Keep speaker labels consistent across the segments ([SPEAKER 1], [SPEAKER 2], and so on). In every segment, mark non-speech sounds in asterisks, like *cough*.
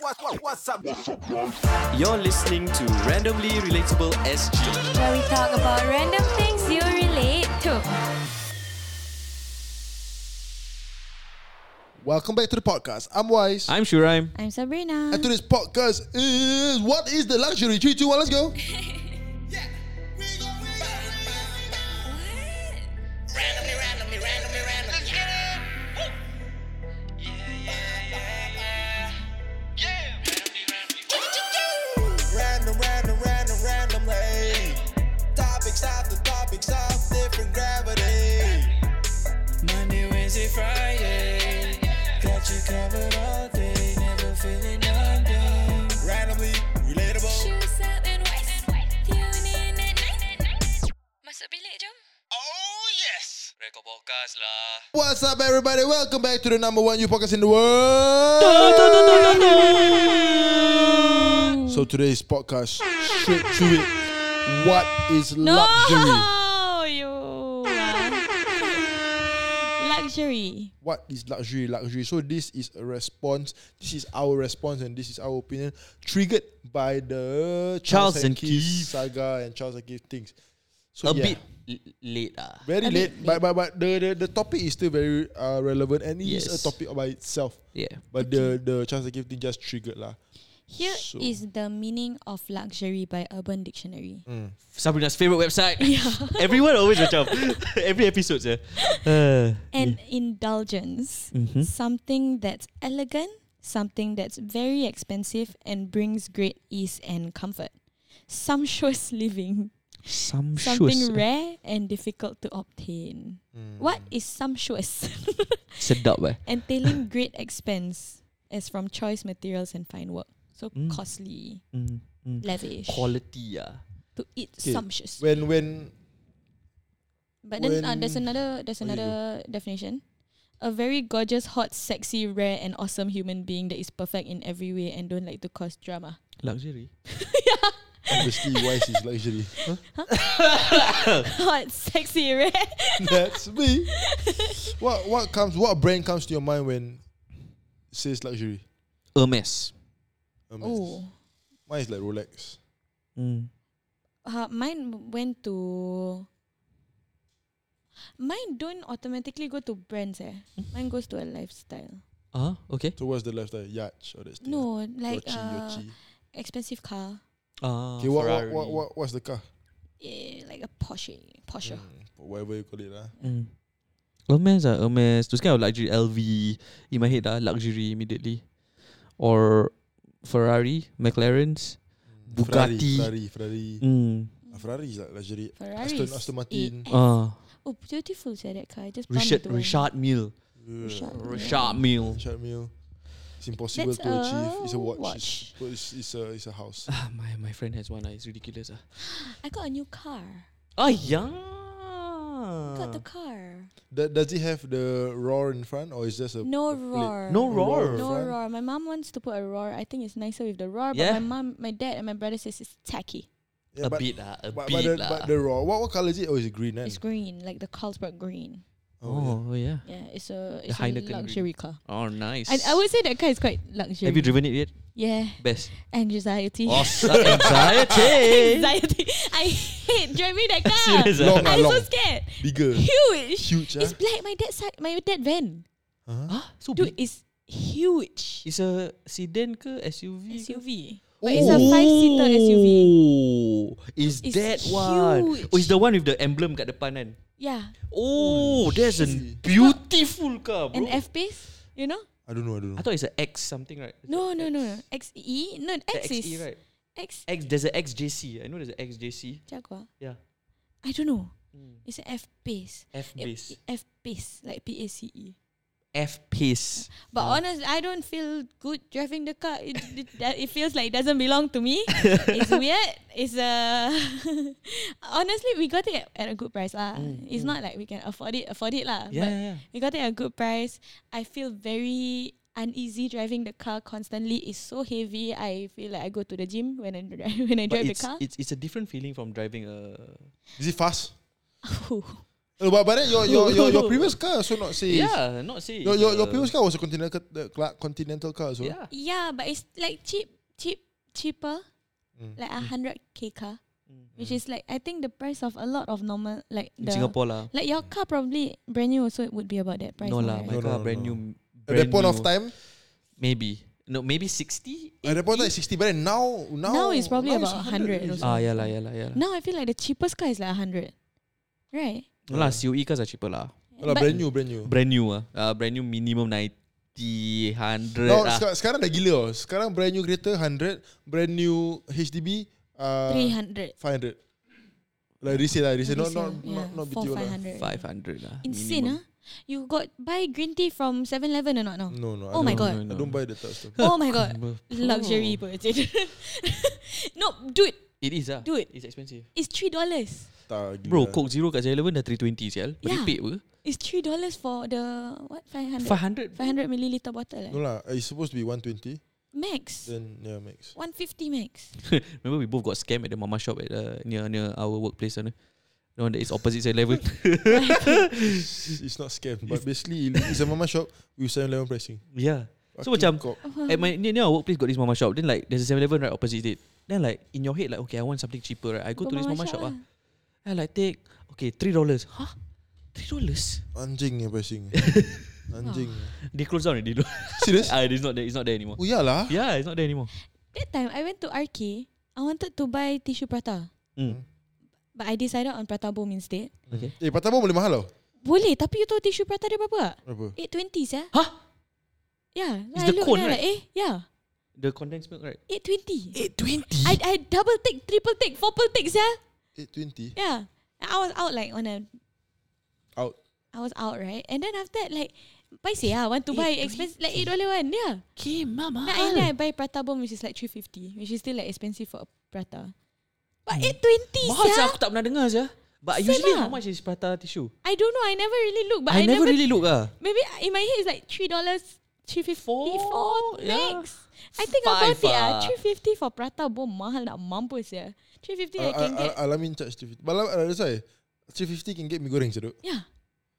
[SPEAKER 1] What, what, what's up?
[SPEAKER 2] You're listening to Randomly Relatable SG.
[SPEAKER 3] where we talk about random things you relate to.
[SPEAKER 4] Welcome back to the podcast. I'm Wise.
[SPEAKER 2] I'm Shuraim.
[SPEAKER 3] I'm Sabrina.
[SPEAKER 4] and today's podcast is What is the Luxury? 3, 2, 1, let's go.
[SPEAKER 5] randomly, randomly, randomly, randomly. Yeah. Woo.
[SPEAKER 6] Random, random, random, random, hey. Topics after topics of different gravity. Monday, Wednesday, Friday. Got you covered all day. Never feeling under. Randomly, relatable.
[SPEAKER 3] Shoes up and white. Tune in at night. Masuk bilik jom.
[SPEAKER 6] Oh, yes. Rekor podcast lah.
[SPEAKER 4] What's up, everybody? Welcome back to the number one you podcast in the world. so today's podcast, straight to it. What is luxury?
[SPEAKER 3] you. Luxury.
[SPEAKER 4] What is luxury? Luxury. So this is a response. This is our response, and this is our opinion, triggered by the Charles, and Keith, saga and Charles and Keith things.
[SPEAKER 2] A
[SPEAKER 4] So yeah.
[SPEAKER 2] bit l- late. Ah.
[SPEAKER 4] Very
[SPEAKER 3] A
[SPEAKER 4] late,
[SPEAKER 3] bit
[SPEAKER 4] but but but the the, the topic is still very uh, relevant and it is
[SPEAKER 2] Yes.
[SPEAKER 4] a topic by itself.
[SPEAKER 2] Yeah.
[SPEAKER 4] But the the chance to give thing just triggered lah.
[SPEAKER 3] Here is
[SPEAKER 4] So-
[SPEAKER 3] the meaning of luxury by Urban Dictionary.
[SPEAKER 2] Sabrina's favorite website. *laughs* Everyone always watch up. *laughs* Every episode, *laughs* yeah. Uh,
[SPEAKER 3] An indulgence. Something that's elegant, something that's very expensive and brings great ease and comfort. Sumptuous living. something
[SPEAKER 2] sumptuous.
[SPEAKER 3] rare and difficult to obtain.
[SPEAKER 2] Hmm.
[SPEAKER 3] What is sumptuous? *laughs*
[SPEAKER 2] Sedap, eh.
[SPEAKER 3] Entailing great expense as from choice materials and fine work. So
[SPEAKER 2] Mm.
[SPEAKER 3] costly,
[SPEAKER 2] Mm, mm.
[SPEAKER 3] lavish.
[SPEAKER 2] Quality, ah.
[SPEAKER 3] to eat
[SPEAKER 4] Okay.
[SPEAKER 3] sumptuous.
[SPEAKER 4] When when
[SPEAKER 3] but then uh, there's
[SPEAKER 4] when-
[SPEAKER 3] another there's
[SPEAKER 4] Oh, you
[SPEAKER 3] another definition. A very gorgeous, hot, sexy, rare, and awesome human being that is perfect in every way and don't like to cause drama.
[SPEAKER 2] Luxury.
[SPEAKER 4] obviously wise
[SPEAKER 3] *laughs*
[SPEAKER 4] is luxury. Huh?
[SPEAKER 3] Hot, sexy, rare.
[SPEAKER 4] *laughs* That's me. What what comes what brand comes to your mind when it says luxury?
[SPEAKER 2] Hermes.
[SPEAKER 4] Um,
[SPEAKER 3] Oh,
[SPEAKER 4] Mine is like Rolex.
[SPEAKER 2] Mm.
[SPEAKER 3] uh, mine went to. Mine don't automatically go to brands eh. Mine goes to a lifestyle.
[SPEAKER 2] Ah, okay.
[SPEAKER 4] So what's the lifestyle? Yacht or that stuff?
[SPEAKER 3] No, like
[SPEAKER 4] Yochi,
[SPEAKER 3] uh,
[SPEAKER 4] Yochi.
[SPEAKER 3] expensive car,
[SPEAKER 2] Ah,
[SPEAKER 4] Okay, what, what
[SPEAKER 2] Ferrari.
[SPEAKER 4] what what what's the car?
[SPEAKER 3] eh, like a Porsche, Porsche.
[SPEAKER 4] Mm, whatever you call it lah.
[SPEAKER 2] Mm. Hermes, ah, Hermes. Those kind of luxury, LV. In my head, ah, luxury immediately. Or Ferrari, McLaren's. Bugatti.
[SPEAKER 4] Ferrari, Ferrari. Ferrari,
[SPEAKER 2] Mm.
[SPEAKER 4] Ah, Ferrari is like luxury.
[SPEAKER 3] Ferrari.
[SPEAKER 4] Aston Aston Martin.
[SPEAKER 2] Ah.
[SPEAKER 3] oh, beautiful sia that car. I Just bumped
[SPEAKER 2] Richard
[SPEAKER 3] into one.
[SPEAKER 2] Richard Mille.
[SPEAKER 4] Yeah.
[SPEAKER 3] Richard.
[SPEAKER 2] Richard Mille.
[SPEAKER 4] treadmill. It's impossible
[SPEAKER 3] That's
[SPEAKER 4] to achieve. It's a
[SPEAKER 3] a
[SPEAKER 4] watch.
[SPEAKER 3] watch.
[SPEAKER 4] It's, but it's, it's a it's a house. *laughs*
[SPEAKER 2] Ah, my my friend has one. Ah, it's ridiculous. Ah.
[SPEAKER 3] I got a new car.
[SPEAKER 2] Ah, yeah. Ah.
[SPEAKER 3] Got the car.
[SPEAKER 4] Th- does it have the roar in front or is just a
[SPEAKER 3] No
[SPEAKER 4] a plate?
[SPEAKER 3] roar.
[SPEAKER 2] No roar.
[SPEAKER 3] No
[SPEAKER 4] front?
[SPEAKER 3] roar. My mom wants to put a roar. I think it's nicer with the roar.
[SPEAKER 2] Yeah.
[SPEAKER 3] But my mom, my dad, and my brother says it's tacky.
[SPEAKER 2] a
[SPEAKER 4] Yeah, but,
[SPEAKER 2] bit lah, a
[SPEAKER 4] but, but,
[SPEAKER 2] bit
[SPEAKER 4] the,
[SPEAKER 2] lah.
[SPEAKER 4] but the roar. What what color is it? Oh, it's green. Then.
[SPEAKER 3] It's green, like the Carlsberg green.
[SPEAKER 4] Oh,
[SPEAKER 2] oh, oh yeah.
[SPEAKER 3] Yeah, it's a it's a
[SPEAKER 2] Heineken
[SPEAKER 3] luxury car.
[SPEAKER 2] Oh nice.
[SPEAKER 3] I, I would say that car is quite luxury.
[SPEAKER 2] Have you driven it yet?
[SPEAKER 3] Yeah,
[SPEAKER 2] Best.
[SPEAKER 3] anxiety.
[SPEAKER 2] Awesome. *laughs* Anxiety.
[SPEAKER 3] *laughs* anxiety. I hate driving
[SPEAKER 2] *laughs*
[SPEAKER 3] that car.
[SPEAKER 2] Serious. ah.
[SPEAKER 4] Long ah,
[SPEAKER 3] I'm
[SPEAKER 4] long.
[SPEAKER 3] so scared.
[SPEAKER 2] *laughs*
[SPEAKER 4] Bigger.
[SPEAKER 3] Huge.
[SPEAKER 4] Huge,
[SPEAKER 3] It's
[SPEAKER 4] ah.
[SPEAKER 3] black. My dad's side. My dad van.
[SPEAKER 2] Huh? So
[SPEAKER 3] Dude,
[SPEAKER 2] big.
[SPEAKER 3] it's huge.
[SPEAKER 2] It's a sedan ke SUV? ke?
[SPEAKER 3] SUV. But it's a five seater SUV.
[SPEAKER 2] Oh, is
[SPEAKER 3] It's
[SPEAKER 2] that one?
[SPEAKER 3] huge.
[SPEAKER 2] Oh, it's the one with the emblem kat depan kan?
[SPEAKER 3] Yeah.
[SPEAKER 2] Oh, that's a
[SPEAKER 4] shit.
[SPEAKER 2] beautiful car, bro.
[SPEAKER 3] An F pace. You know?
[SPEAKER 4] I don't know. I don't
[SPEAKER 2] I
[SPEAKER 4] know.
[SPEAKER 2] thought it's an X something, right? It's
[SPEAKER 3] No,
[SPEAKER 2] a
[SPEAKER 3] no, no,
[SPEAKER 2] X.
[SPEAKER 3] no. XE. No,
[SPEAKER 2] The
[SPEAKER 3] X
[SPEAKER 2] XE,
[SPEAKER 3] is
[SPEAKER 2] E, right?
[SPEAKER 3] X.
[SPEAKER 2] X, there's a XJC. I know there's a XJC.
[SPEAKER 3] Jaguar.
[SPEAKER 2] Yeah.
[SPEAKER 3] I don't know.
[SPEAKER 2] Mm.
[SPEAKER 3] It's an F pace.
[SPEAKER 2] F
[SPEAKER 3] It-
[SPEAKER 2] base.
[SPEAKER 3] it- F pace, like P A C E.
[SPEAKER 2] F pace.
[SPEAKER 3] But honestly, I don't feel good driving the car. It, it, that- it feels like it doesn't belong
[SPEAKER 2] *laughs*
[SPEAKER 3] to me. it's weird. It's uh *laughs* honestly, we got it at, at a good price lah. it's not like we can afford it, afford it lah.
[SPEAKER 2] Hmm, Yeah,
[SPEAKER 3] Uh, but
[SPEAKER 2] yeah, yeah.
[SPEAKER 3] we got it at a good price. I feel very uneasy driving the car constantly. It's so heavy. I feel like I go to the gym when I dri- *laughs* when I
[SPEAKER 2] But
[SPEAKER 3] drive the
[SPEAKER 2] it's,
[SPEAKER 3] car. *laughs*
[SPEAKER 2] it's it's a different feeling from driving a
[SPEAKER 4] Is it fast? No, but, but then your, your, your, your previous car also not safe.
[SPEAKER 2] Yeah, not say.
[SPEAKER 4] Your, your, your
[SPEAKER 2] uh,
[SPEAKER 4] previous car was a continental, the cla- continental car as well.
[SPEAKER 2] Yeah.
[SPEAKER 3] Yeah, but it's like cheap, cheap, cheaper,
[SPEAKER 4] Mm.
[SPEAKER 3] like a hundred k car,
[SPEAKER 2] Mm.
[SPEAKER 3] which is like I think the price of a lot of normal like
[SPEAKER 2] In
[SPEAKER 3] the
[SPEAKER 2] Singapore lah.
[SPEAKER 3] like your car probably brand new also it would be about that price.
[SPEAKER 2] No lah,
[SPEAKER 3] now, right?
[SPEAKER 2] my
[SPEAKER 4] No, no,
[SPEAKER 2] car
[SPEAKER 4] no,
[SPEAKER 2] brand new.
[SPEAKER 4] no. At
[SPEAKER 2] brand
[SPEAKER 4] that point
[SPEAKER 2] new.
[SPEAKER 4] of time,
[SPEAKER 2] maybe no, maybe sixty.
[SPEAKER 4] at that point of time, 60. But then now, now,
[SPEAKER 3] Now it's probably
[SPEAKER 4] now
[SPEAKER 3] about 100
[SPEAKER 4] already.
[SPEAKER 3] also.
[SPEAKER 2] Ah, yeah lah, yeah lah, yeah lah.
[SPEAKER 3] Now I feel like the cheapest car is like hundred, right?
[SPEAKER 2] No lah, COE cars are cheaper lah.
[SPEAKER 4] Alah,
[SPEAKER 3] But-
[SPEAKER 4] brand new, brand new.
[SPEAKER 2] Brand new ah, uh, brand new minimum ninety hundred
[SPEAKER 4] Now,
[SPEAKER 2] ah.
[SPEAKER 4] seka- sekarang dah gila oh. Sekarang brand new kereta 100 Brand new HDB uh,
[SPEAKER 3] Three hundred.
[SPEAKER 4] 500 Like resale lah Resale not, not,
[SPEAKER 3] yeah,
[SPEAKER 4] not, not
[SPEAKER 3] four
[SPEAKER 4] BTO
[SPEAKER 3] five
[SPEAKER 4] lah
[SPEAKER 3] hundred.
[SPEAKER 2] Five hundred lah.
[SPEAKER 3] Insane
[SPEAKER 2] minimum.
[SPEAKER 3] ah! You got buy green tea from 7-Eleven or not now?
[SPEAKER 2] *laughs*
[SPEAKER 4] No no I
[SPEAKER 3] Oh my
[SPEAKER 4] don't-
[SPEAKER 3] god.
[SPEAKER 4] I don't buy the type of stuff
[SPEAKER 3] Oh my god.
[SPEAKER 2] Bro.
[SPEAKER 3] Luxury
[SPEAKER 2] Oh.
[SPEAKER 3] purchase. *laughs* no, dude,
[SPEAKER 2] It is ah.
[SPEAKER 3] Dude.
[SPEAKER 2] It's expensive.
[SPEAKER 3] it's three dollars.
[SPEAKER 4] Tak,
[SPEAKER 2] Bro,
[SPEAKER 4] gila. lah.
[SPEAKER 2] Coke Zero kat 11 dah 320 sial.
[SPEAKER 3] Yeah.
[SPEAKER 2] Meripik apa?
[SPEAKER 3] It's three dollars for the what five hundred?
[SPEAKER 2] 500.
[SPEAKER 3] Five hundred milliliter bottle. Eh?
[SPEAKER 4] No lah It's supposed to be 120
[SPEAKER 3] Max.
[SPEAKER 4] Then yeah max
[SPEAKER 3] One fifty max.
[SPEAKER 2] Remember we both got scammed at the mama shop at uh, near near our workplace sana. The one that is opposite
[SPEAKER 3] *laughs*
[SPEAKER 2] 11.
[SPEAKER 4] It's it's not scam But basically It's a mama shop With 7-Eleven pricing
[SPEAKER 2] *laughs* yeah. So macam-
[SPEAKER 4] Fucking cock.
[SPEAKER 2] At my near, near our workplace got this mama shop. Then like there's a 7-Eleven right opposite it. Then like in your head like okay I want something cheaper right. I go to this mama
[SPEAKER 3] lah.
[SPEAKER 2] shop ah. I like take okay three dollars. Huh? Three dollars?
[SPEAKER 4] Anjing yang
[SPEAKER 3] *laughs*
[SPEAKER 4] pricing Anjing
[SPEAKER 2] They closed down already.
[SPEAKER 4] Serious?
[SPEAKER 2] *laughs* Ah, it's not there. It's not there anymore.
[SPEAKER 4] Oh ya lah
[SPEAKER 2] Yeah, it's not there anymore.
[SPEAKER 3] That time I went to RK. I wanted to buy tissue prata,
[SPEAKER 2] Mm.
[SPEAKER 3] but I decided on prata bomb instead.
[SPEAKER 2] Okay.
[SPEAKER 4] Eh pertama boleh mahal tau
[SPEAKER 3] Boleh, tapi you tahu tissue prata dia berapa?
[SPEAKER 4] Berapa?
[SPEAKER 3] Eight twenties ya.
[SPEAKER 2] Huh?
[SPEAKER 3] Yeah.
[SPEAKER 2] It's
[SPEAKER 3] I
[SPEAKER 2] the
[SPEAKER 3] look
[SPEAKER 2] cone,
[SPEAKER 3] then I
[SPEAKER 2] right?
[SPEAKER 3] Like, eh, yeah.
[SPEAKER 2] The condensed milk, right?
[SPEAKER 3] Eight twenty.
[SPEAKER 2] Eight twenty.
[SPEAKER 3] I I double take, triple take, fourple take yeah.
[SPEAKER 4] 820
[SPEAKER 3] Yeah. I was out like on a
[SPEAKER 4] Out
[SPEAKER 3] I was out right, and then after that like, paiseh ah want to buy expensive like eight dollar one ya. yeah.
[SPEAKER 2] Okay, mama.
[SPEAKER 3] Then I, then I buy prata bomb which is like three fifty, which is still like expensive for a prata. Hmm. But eight twenty
[SPEAKER 2] Mahal sia.
[SPEAKER 3] yeah.
[SPEAKER 2] Aku tak pernah dengar sia. But
[SPEAKER 3] Same
[SPEAKER 2] usually
[SPEAKER 3] lah.
[SPEAKER 2] how much is prata tissue?
[SPEAKER 3] I don't know. I never really look, but
[SPEAKER 2] I,
[SPEAKER 3] I,
[SPEAKER 2] never, really look ah.
[SPEAKER 3] Maybe in my head it's like three dollars, three fifty
[SPEAKER 2] Four,
[SPEAKER 3] for
[SPEAKER 2] yeah.
[SPEAKER 3] next. I think
[SPEAKER 2] Five
[SPEAKER 3] about it ah,
[SPEAKER 2] ah.
[SPEAKER 3] three fifty for prata bomb mahal nak mampus ya. Three fifty
[SPEAKER 2] Uh,
[SPEAKER 3] I
[SPEAKER 4] Al-
[SPEAKER 3] can
[SPEAKER 4] al-
[SPEAKER 3] get
[SPEAKER 4] al- Alamin charge 350 But al- al- that's why 350 can get mi goreng sedut
[SPEAKER 3] yeah.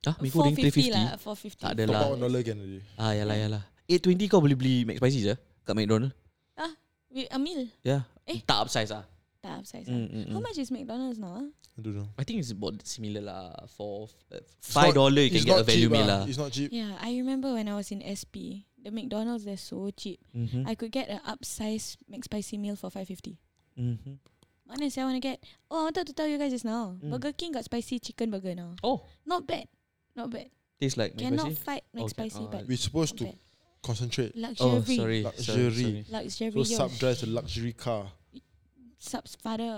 [SPEAKER 2] Ah, mi goreng
[SPEAKER 3] 450
[SPEAKER 2] 350.
[SPEAKER 3] lah, four fifty.
[SPEAKER 2] Tak ada
[SPEAKER 4] Top
[SPEAKER 2] lah.
[SPEAKER 4] up one dollar can already
[SPEAKER 2] Ah, yalah yalah. 820 kau boleh beli McSpicy je kat McDonald.
[SPEAKER 3] Ah, with a meal.
[SPEAKER 2] Yeah.
[SPEAKER 3] Eh.
[SPEAKER 2] Tak upsize ah.
[SPEAKER 3] Tak upsize.
[SPEAKER 2] Mm,
[SPEAKER 3] Mm,
[SPEAKER 2] mm,
[SPEAKER 3] How
[SPEAKER 2] mm.
[SPEAKER 3] much is McDonald's now? ah?
[SPEAKER 4] I don't know
[SPEAKER 2] I think it's about similar lah for uh,
[SPEAKER 4] It's
[SPEAKER 2] five
[SPEAKER 4] not-
[SPEAKER 2] dollar you can
[SPEAKER 4] it's
[SPEAKER 2] get a
[SPEAKER 4] not
[SPEAKER 2] value
[SPEAKER 4] cheap
[SPEAKER 2] meal lah.
[SPEAKER 4] ah. It's not cheap
[SPEAKER 3] Yeah, I remember when I was in SP, the McDonald's they're so cheap.
[SPEAKER 2] Mhm.
[SPEAKER 3] I could get an upsized McSpicy meal for five fifty.
[SPEAKER 2] Mhm.
[SPEAKER 3] Mana saya want to get? Oh, I wanted to tell you guys just now.
[SPEAKER 2] Mm.
[SPEAKER 3] Burger King got spicy chicken burger now.
[SPEAKER 2] Oh,
[SPEAKER 3] Not bad, not bad.
[SPEAKER 2] tastes like
[SPEAKER 3] Cannot
[SPEAKER 2] McSpicy.
[SPEAKER 3] fight McSpicy,
[SPEAKER 2] Oh,
[SPEAKER 3] but
[SPEAKER 4] We're supposed to
[SPEAKER 3] not bad.
[SPEAKER 4] concentrate
[SPEAKER 3] luxury.
[SPEAKER 2] Oh, sorry. sorry,
[SPEAKER 4] Luxury.
[SPEAKER 2] sorry.
[SPEAKER 3] Luxury.
[SPEAKER 4] So
[SPEAKER 3] your
[SPEAKER 4] sub drives a luxury
[SPEAKER 3] *laughs*
[SPEAKER 4] car
[SPEAKER 3] subs father.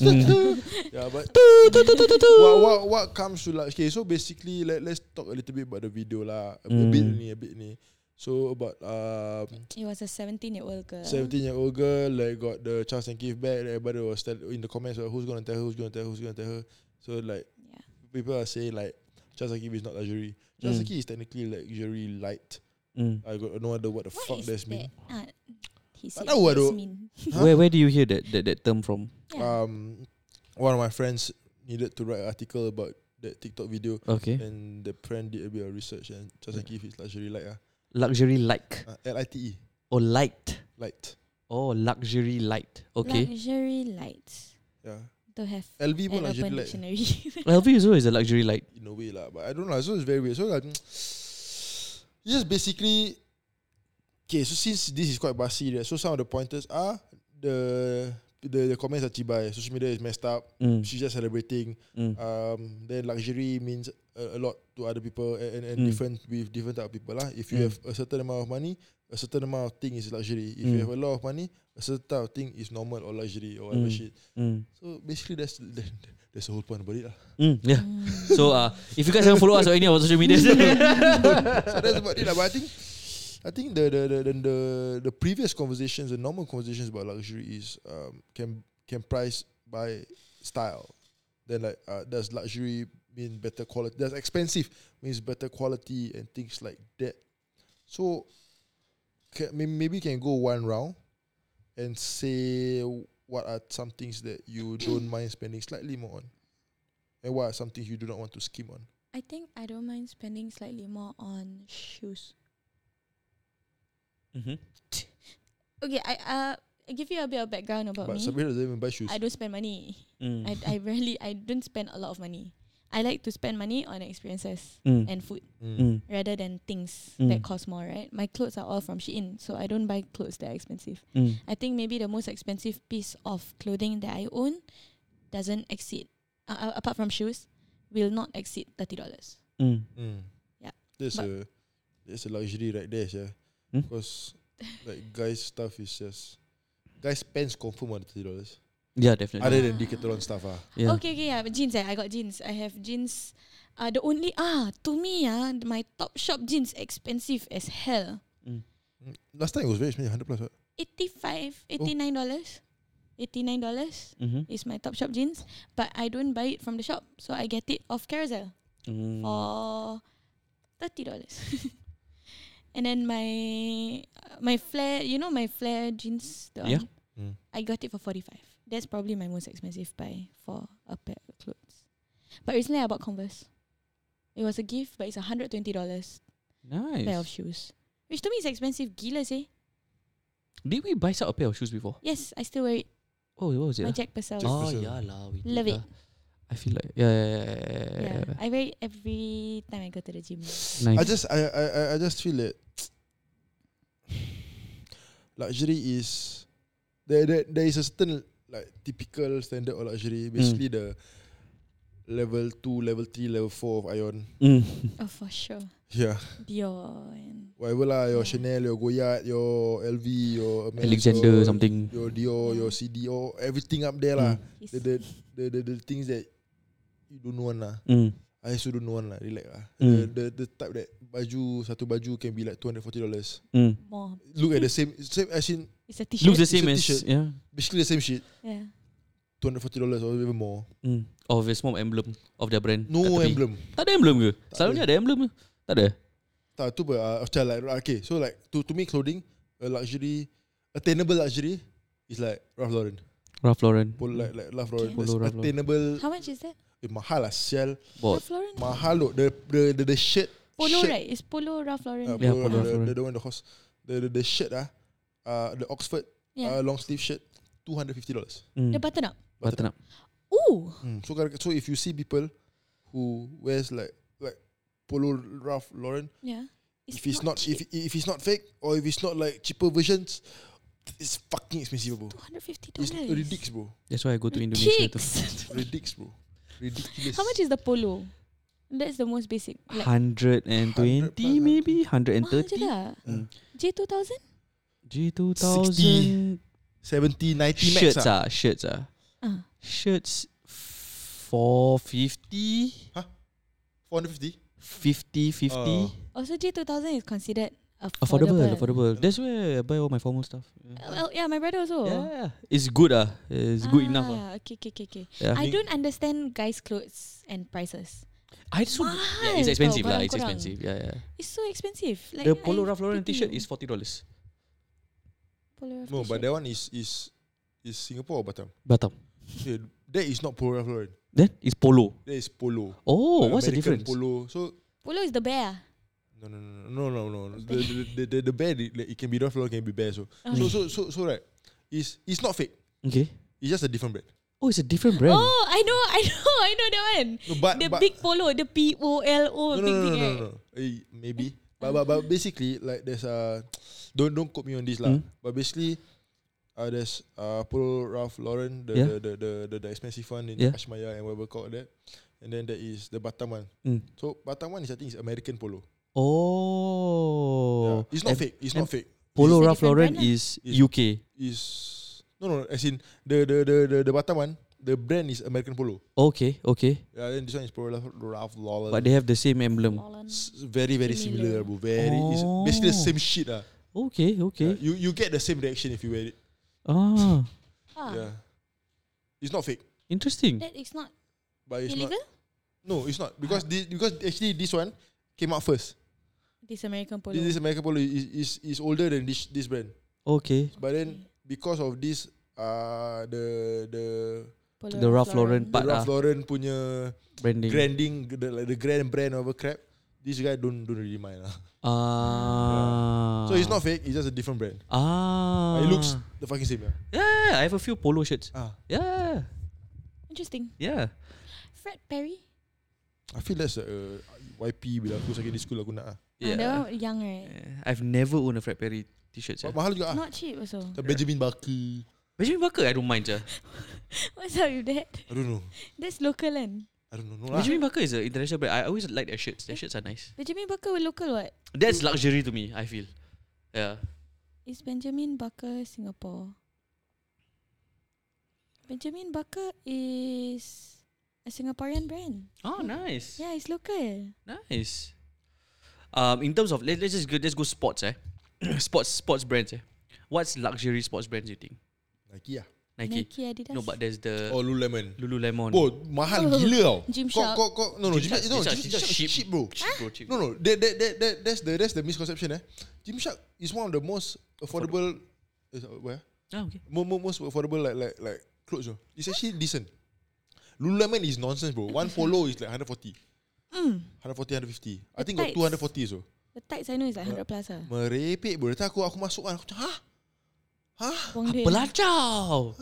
[SPEAKER 4] Yeah but what, what, what comes to luxury Okay so basically let, Let's talk a little bit about the video lah A, a
[SPEAKER 2] Mm.
[SPEAKER 4] bit ni A bit ni So about um,
[SPEAKER 3] It was a 17 year old girl.
[SPEAKER 4] 17 year old girl like got the Charles and Keith back everybody was tell, in the comments like, who's gonna tell her who's gonna tell her who's gonna tell her so like
[SPEAKER 3] Yeah.
[SPEAKER 4] people are saying like Charles and Keith is not luxury Charles and
[SPEAKER 2] Mm.
[SPEAKER 4] Keith is technically luxury light
[SPEAKER 2] Mm.
[SPEAKER 4] I got no idea what the
[SPEAKER 3] What
[SPEAKER 4] fuck
[SPEAKER 3] is
[SPEAKER 4] that's
[SPEAKER 3] that?
[SPEAKER 4] mean
[SPEAKER 3] Ah, he said
[SPEAKER 4] tahu lah,
[SPEAKER 3] it's
[SPEAKER 4] dok.
[SPEAKER 3] mean.
[SPEAKER 4] Huh?
[SPEAKER 2] Where where do you hear that that, that term from?
[SPEAKER 3] Yeah.
[SPEAKER 4] um one of my friends needed to write an article about that TikTok video
[SPEAKER 2] Okay.
[SPEAKER 4] and the friend did a bit of research and Charles and Keith is luxury light ah
[SPEAKER 2] Luxury like
[SPEAKER 4] uh, L I T E
[SPEAKER 2] or Oh, light.
[SPEAKER 4] light
[SPEAKER 2] Oh, luxury light. Okay.
[SPEAKER 3] Luxury lights.
[SPEAKER 4] yeah
[SPEAKER 3] Don't have
[SPEAKER 4] LV pun
[SPEAKER 3] an
[SPEAKER 4] luxury
[SPEAKER 3] urban
[SPEAKER 4] light
[SPEAKER 3] dictionary. *laughs*
[SPEAKER 2] LV also is a luxury light.
[SPEAKER 4] in a way lah. But I don't know. So it's very weird. So like, mm, just basically, okay. So since this is quite bossy, right? So some of the pointers are the the, the comments are chibai. Social media is messed up.
[SPEAKER 2] Mm.
[SPEAKER 4] She's just celebrating.
[SPEAKER 2] Mm.
[SPEAKER 4] Um, then luxury means a, a lot to other people and, and, and
[SPEAKER 2] Mm.
[SPEAKER 4] different with different type of people lah. If
[SPEAKER 2] Mm.
[SPEAKER 4] you have a certain amount of money, a certain amount of thing is luxury. If you
[SPEAKER 2] Mm.
[SPEAKER 4] have a lot of money, a certain type of thing is normal or luxury or whatever
[SPEAKER 2] Mm.
[SPEAKER 4] shit.
[SPEAKER 2] Mm.
[SPEAKER 4] So basically, that's *laughs* that's the whole point about it lah.
[SPEAKER 2] Mm. Yeah. *laughs* So uh, if you guys haven't follow us on any of our social
[SPEAKER 3] *laughs*
[SPEAKER 2] media,
[SPEAKER 4] so *laughs* that's about it. lah. But I think I think the the, the the the the previous conversations, the normal conversations about luxury is um can can price by style. Then like uh, does luxury mean better quality? Does expensive means better quality and things like that. So can, may- maybe you can go one round and say what are some things that you don't mind spending slightly more on And what are some things you do not want to skim on?
[SPEAKER 3] I think I don't mind spending slightly more on shoes.
[SPEAKER 2] Mm-hmm.
[SPEAKER 3] Okay, I uh I give you a bit of background about
[SPEAKER 4] but
[SPEAKER 3] me.
[SPEAKER 4] Sabrina doesn't even buy shoes.
[SPEAKER 3] I don't spend money.
[SPEAKER 2] Mm.
[SPEAKER 3] I I rarely I don't spend a lot of money. I like to spend money on experiences
[SPEAKER 2] Mm.
[SPEAKER 3] and food
[SPEAKER 2] Mm.
[SPEAKER 3] rather than things
[SPEAKER 2] Mm.
[SPEAKER 3] that cost more, right? My clothes are all from Shein, so I don't buy clothes that are expensive.
[SPEAKER 2] Mm.
[SPEAKER 3] I think maybe the most expensive piece of clothing that I own doesn't exceed uh, uh, apart from shoes will not exceed $30.
[SPEAKER 2] Mm.
[SPEAKER 4] Mm.
[SPEAKER 3] Yeah.
[SPEAKER 4] That's
[SPEAKER 3] But-
[SPEAKER 4] a that's a luxury right there, yeah.
[SPEAKER 2] Hmm?
[SPEAKER 4] Because like guys stuff is just guys pants confirm on thirty dollars.
[SPEAKER 2] Yeah, definitely.
[SPEAKER 4] Other than Decathlon stuff, ah.
[SPEAKER 2] Yeah.
[SPEAKER 3] Okay, okay, yeah. But jeans, eh, I got jeans. I have jeans. Uh, the only ah to me ah my top shop jeans expensive as hell.
[SPEAKER 4] Mm. Last time it was very expensive, hundred plus. What?
[SPEAKER 3] 85 89 dollars. 89 dollars
[SPEAKER 2] Mm-hmm.
[SPEAKER 3] is my top shop jeans, but I don't buy it from the shop, so I get it off Carousel
[SPEAKER 2] Mm.
[SPEAKER 3] for thirty dollars. *laughs* and then my uh, my flare, you know my flare jeans, the
[SPEAKER 2] Yeah. Hmm.
[SPEAKER 4] Mm.
[SPEAKER 3] one? I got it for forty five. That's probably my most expensive buy for a pair of clothes. But recently I bought Converse. It was a gift, but it's hundred twenty dollars pair
[SPEAKER 2] Nice.
[SPEAKER 3] of shoes, which to me is expensive. Gila say.
[SPEAKER 2] Did we buy out a pair of shoes before?
[SPEAKER 3] Yes, I still wear it.
[SPEAKER 2] Oh, what was it?
[SPEAKER 3] My
[SPEAKER 2] ah?
[SPEAKER 3] Jack Purcell.
[SPEAKER 2] Oh
[SPEAKER 4] Purcell.
[SPEAKER 2] yeah lah, we
[SPEAKER 3] Love
[SPEAKER 2] did
[SPEAKER 3] it.
[SPEAKER 2] lah. I feel like yeah, yeah, yeah, yeah, yeah,
[SPEAKER 3] Yeah,
[SPEAKER 2] yeah, yeah.
[SPEAKER 3] I wear it every time I go to the
[SPEAKER 2] *sighs*
[SPEAKER 3] gym.
[SPEAKER 2] Nice.
[SPEAKER 4] I just I, I I- I just feel that luxury is there, there there is a certain like typical standard of luxury. Basically
[SPEAKER 2] Hmm.
[SPEAKER 4] the level two, level three, level four of Ion.
[SPEAKER 2] mm.
[SPEAKER 3] Oh, for sure.
[SPEAKER 4] Yeah.
[SPEAKER 3] Dior and
[SPEAKER 4] Whatever lah, your
[SPEAKER 3] Yeah.
[SPEAKER 4] Chanel, your Goyard, your LV, your Hermes,
[SPEAKER 2] Alexander
[SPEAKER 4] your,
[SPEAKER 2] something. Hmm.
[SPEAKER 4] your Dior, your CDO, everything up there lah.
[SPEAKER 3] his.
[SPEAKER 4] The, the, the, the, the things that you don't want lah.
[SPEAKER 2] Mm.
[SPEAKER 4] I also don't want lah, relax lah. The,
[SPEAKER 2] Mm.
[SPEAKER 4] the, the type that baju, satu baju can be like $240.
[SPEAKER 2] Mm.
[SPEAKER 3] more.
[SPEAKER 4] Look at the same, same as in
[SPEAKER 3] It's a t-shirt.
[SPEAKER 2] Looks the
[SPEAKER 4] It's a
[SPEAKER 2] same as
[SPEAKER 4] t-shirt.
[SPEAKER 2] yeah.
[SPEAKER 4] basically the same shit.
[SPEAKER 3] yeah.
[SPEAKER 4] $240 or even more.
[SPEAKER 2] Mm. Of a small emblem of their brand.
[SPEAKER 4] No
[SPEAKER 2] kat tepi.
[SPEAKER 4] emblem.
[SPEAKER 2] Tak ada emblem ke?
[SPEAKER 4] Tak
[SPEAKER 2] Selalunya ada emblem ke? Tak ada.
[SPEAKER 4] Tak, tu pun, uh, macam like, okay, so like, to, to me clothing, a luxury, attainable luxury, is like Ralph Lauren.
[SPEAKER 2] Ralph Lauren.
[SPEAKER 4] Pol, like, like Ralph Lauren.
[SPEAKER 3] Okay.
[SPEAKER 4] That's
[SPEAKER 2] Polo Ralph Lauren.
[SPEAKER 4] attainable
[SPEAKER 3] How much is that?
[SPEAKER 4] Eh, mahal lah sial.
[SPEAKER 2] Bought.
[SPEAKER 3] Ralph Lauren?
[SPEAKER 4] Mahal loh. The the the, the shirt.
[SPEAKER 3] Polo,
[SPEAKER 4] shirt,
[SPEAKER 3] right? It's Polo Ralph Lauren.
[SPEAKER 4] Uh,
[SPEAKER 2] Yeah,
[SPEAKER 4] polo,
[SPEAKER 2] Polo
[SPEAKER 4] the,
[SPEAKER 2] Ralph
[SPEAKER 4] the, the one the horse. The the, the shirt ah. Uh, the Oxford
[SPEAKER 3] yeah.
[SPEAKER 4] uh, long sleeve shirt, two hundred fifty dollars.
[SPEAKER 2] Mm.
[SPEAKER 3] the button up.
[SPEAKER 2] Button up.
[SPEAKER 3] Ooh.
[SPEAKER 4] Mm. So kadang- so if you see people who wears like like polo Ralph Lauren,
[SPEAKER 3] Yeah.
[SPEAKER 4] if it's not, if if it's not fake or if it's not like cheaper versions, it's fucking expensive, bro.
[SPEAKER 3] two hundred fifty
[SPEAKER 4] It's
[SPEAKER 3] dollars.
[SPEAKER 4] ridiculous, bro.
[SPEAKER 2] That's why I go to Indonesia too.
[SPEAKER 3] Ridiculous.
[SPEAKER 4] Ridiculous, bro. Ridiculous.
[SPEAKER 3] How much is the polo? That's the most basic. *laughs* Like,
[SPEAKER 2] Hundred and twenty
[SPEAKER 4] 100.
[SPEAKER 2] maybe hundred and
[SPEAKER 3] mahal je
[SPEAKER 2] thirty.
[SPEAKER 3] lah.
[SPEAKER 2] Mm.
[SPEAKER 3] J two thousand.
[SPEAKER 2] G two thousand
[SPEAKER 4] 70, 90 max
[SPEAKER 2] shirts
[SPEAKER 4] ah.
[SPEAKER 2] ah shirts ah
[SPEAKER 3] Ah,
[SPEAKER 2] shirts four fifty.
[SPEAKER 4] 450?
[SPEAKER 2] 50 50
[SPEAKER 4] Oh.
[SPEAKER 3] also J two thousand is considered
[SPEAKER 2] affordable,
[SPEAKER 3] affordable.
[SPEAKER 2] affordable that's where I buy all my formal stuff
[SPEAKER 3] Uh, Well, yeah, my brother also.
[SPEAKER 2] yeah it's good ah it's good enough ah.
[SPEAKER 3] Ah, Okay, okay, okay, okay.
[SPEAKER 2] yeah
[SPEAKER 3] I don't understand guys' clothes and prices.
[SPEAKER 2] I just want-
[SPEAKER 3] Mahal
[SPEAKER 2] yeah, it's
[SPEAKER 3] tau,
[SPEAKER 2] expensive lah
[SPEAKER 3] barang
[SPEAKER 2] it's
[SPEAKER 3] korang.
[SPEAKER 2] expensive yeah yeah
[SPEAKER 3] It's so expensive. Like,
[SPEAKER 2] the
[SPEAKER 3] I
[SPEAKER 2] Polo Ralph Lauren
[SPEAKER 3] pity
[SPEAKER 2] t-shirt
[SPEAKER 3] you.
[SPEAKER 2] is forty dollars
[SPEAKER 3] Polo Ralph
[SPEAKER 4] No, but
[SPEAKER 3] t-shirt.
[SPEAKER 4] that one is is is Singapore or Batam.
[SPEAKER 2] Batam
[SPEAKER 4] Yeah, that is not Polo Ralph Lauren.
[SPEAKER 2] then it's Polo
[SPEAKER 4] That is Polo.
[SPEAKER 2] oh
[SPEAKER 4] Like
[SPEAKER 2] what's the
[SPEAKER 4] American
[SPEAKER 2] difference
[SPEAKER 4] Polo. So
[SPEAKER 3] Polo is the bear.
[SPEAKER 4] no no no no no no. no. The, the, the, the, the bear the- like, it can be Ralph Lauren can be bear. So
[SPEAKER 2] Oh.
[SPEAKER 4] so so so so right. It's it's not fake.
[SPEAKER 2] okay
[SPEAKER 4] It's just a different brand.
[SPEAKER 2] oh it's a different brand
[SPEAKER 3] Oh, I know, I know, I know that one.
[SPEAKER 4] No, but
[SPEAKER 3] the
[SPEAKER 4] but,
[SPEAKER 3] big polo, the P O L O
[SPEAKER 4] no, no,
[SPEAKER 3] big
[SPEAKER 4] no, no,
[SPEAKER 3] thing,
[SPEAKER 4] no,
[SPEAKER 3] right?
[SPEAKER 4] no, Eh, maybe. But, but but basically like there's a don't don't quote me on this lah.
[SPEAKER 2] Mm.
[SPEAKER 4] But basically. Uh, there's uh, Polo Ralph Lauren, the,
[SPEAKER 2] Yeah.
[SPEAKER 4] the, the, the, the, the expensive one in
[SPEAKER 2] Yeah.
[SPEAKER 4] Ashmaya and whatever called that. And then there is the Batam one.
[SPEAKER 2] Mm.
[SPEAKER 4] So Batam one is I think is American Polo.
[SPEAKER 2] oh
[SPEAKER 4] Yeah. It's
[SPEAKER 2] And
[SPEAKER 4] not fake. It's
[SPEAKER 2] and
[SPEAKER 4] not fake.
[SPEAKER 2] Polo
[SPEAKER 3] It's a
[SPEAKER 2] Ralph
[SPEAKER 3] different
[SPEAKER 2] Lauren
[SPEAKER 3] brand lah.
[SPEAKER 2] is
[SPEAKER 4] It's-
[SPEAKER 2] UK
[SPEAKER 4] is no no as in the the the the, the Batam one the brand is American Polo.
[SPEAKER 2] okay okay
[SPEAKER 4] Yeah, then this one is Polo Ralph- Ralph Lauren.
[SPEAKER 2] but they have the same emblem
[SPEAKER 3] Holland.
[SPEAKER 4] S- very very similar,
[SPEAKER 3] Similar.
[SPEAKER 4] bro. Very it's basically the
[SPEAKER 2] Oh.
[SPEAKER 4] same shit ah.
[SPEAKER 2] okay
[SPEAKER 4] Yeah,
[SPEAKER 2] okay
[SPEAKER 4] you you get the same reaction if you wear it.
[SPEAKER 2] ah
[SPEAKER 3] Ah,
[SPEAKER 4] Yeah, it's not fake,
[SPEAKER 2] interesting
[SPEAKER 3] That is not
[SPEAKER 4] but it's
[SPEAKER 3] illegal. Ah.
[SPEAKER 4] not. No, it's not because this because actually this one came out first.
[SPEAKER 3] This American polo.
[SPEAKER 4] This, this American Polo is, is is older than this this brand,
[SPEAKER 2] okay
[SPEAKER 4] but then because of this uh the the
[SPEAKER 3] Polo
[SPEAKER 2] The Ralph Lauren
[SPEAKER 4] The
[SPEAKER 2] part
[SPEAKER 4] Ralph
[SPEAKER 2] lah
[SPEAKER 4] Lauren punya
[SPEAKER 2] branding.
[SPEAKER 4] branding, the, like the grand brand of a crap. This guy don't don't really mind lah.
[SPEAKER 2] Ah.
[SPEAKER 4] So it's not fake. It's just a different brand.
[SPEAKER 2] Ah.
[SPEAKER 4] It looks the fucking same. Yeah.
[SPEAKER 2] Yeah, I have a few polo shirts.
[SPEAKER 4] Ah,
[SPEAKER 2] Yeah,
[SPEAKER 3] Interesting.
[SPEAKER 2] yeah.
[SPEAKER 3] Fred Perry.
[SPEAKER 4] I feel that's a uh, YP bila aku secondary school aku nak. Ah.
[SPEAKER 2] Yeah.
[SPEAKER 3] Yeah. Oh, that one young right.
[SPEAKER 2] Yeah. I've never owned a Fred Perry t-shirt.
[SPEAKER 4] But
[SPEAKER 2] Yeah.
[SPEAKER 4] mahal juga ah.
[SPEAKER 3] Not cheap also. *laughs*
[SPEAKER 4] The Benjamin Barker.
[SPEAKER 2] Benjamin Barker, I don't mind. Yeah.
[SPEAKER 3] What's up with that?
[SPEAKER 4] I don't know.
[SPEAKER 3] That's local and
[SPEAKER 4] I don't know. No lah.
[SPEAKER 2] Benjamin Barker is an international brand. I always like their shirts. Their shirts are nice.
[SPEAKER 3] Benjamin Barker was local what?
[SPEAKER 2] That's luxury to me. I feel. Yeah.
[SPEAKER 3] Is Benjamin Barker Singapore? Benjamin Barker is a Singaporean brand.
[SPEAKER 2] Oh, nice.
[SPEAKER 3] Yeah, it's local.
[SPEAKER 2] Nice. Um, in terms of let, let's just go, let's go sports. Eh, *coughs* sports sports brands. Eh, what's luxury sports brands you think?
[SPEAKER 4] Nike ah.
[SPEAKER 2] Nike.
[SPEAKER 3] Nike, Adidas.
[SPEAKER 2] No, but there's the
[SPEAKER 4] Oh Lululemon.
[SPEAKER 2] Lululemon. Ah.
[SPEAKER 4] Bro, mahal gila tau.
[SPEAKER 3] Gymshark.
[SPEAKER 4] Kau, kau, kau, no, no,
[SPEAKER 2] Oh, Gymshark-
[SPEAKER 4] Gymshark, no,
[SPEAKER 2] Gymshark-
[SPEAKER 4] Gymshark,
[SPEAKER 2] Gymshark
[SPEAKER 4] cheap, cheap, bro.
[SPEAKER 2] cheap, bro, cheap.
[SPEAKER 4] No, no, that, that, that, that, that's the that's the misconception. Eh, Gymshark is one of the most affordable. Is, uh, where?
[SPEAKER 2] Ah, okay.
[SPEAKER 4] Mo- mo- Most affordable like like like clothes. Bro. It's actually decent. Lululemon is nonsense, bro. One polo is like 140.
[SPEAKER 3] Mm.
[SPEAKER 4] 140, 150. I
[SPEAKER 3] The
[SPEAKER 4] think got 240
[SPEAKER 3] tights.
[SPEAKER 4] so.
[SPEAKER 3] The tights I know is like 100 plus ah.
[SPEAKER 4] Merepek bro. Lepas aku aku masuk kan aku macam, ha? Ha?
[SPEAKER 3] Buang duit.
[SPEAKER 2] Ah, Pelacau.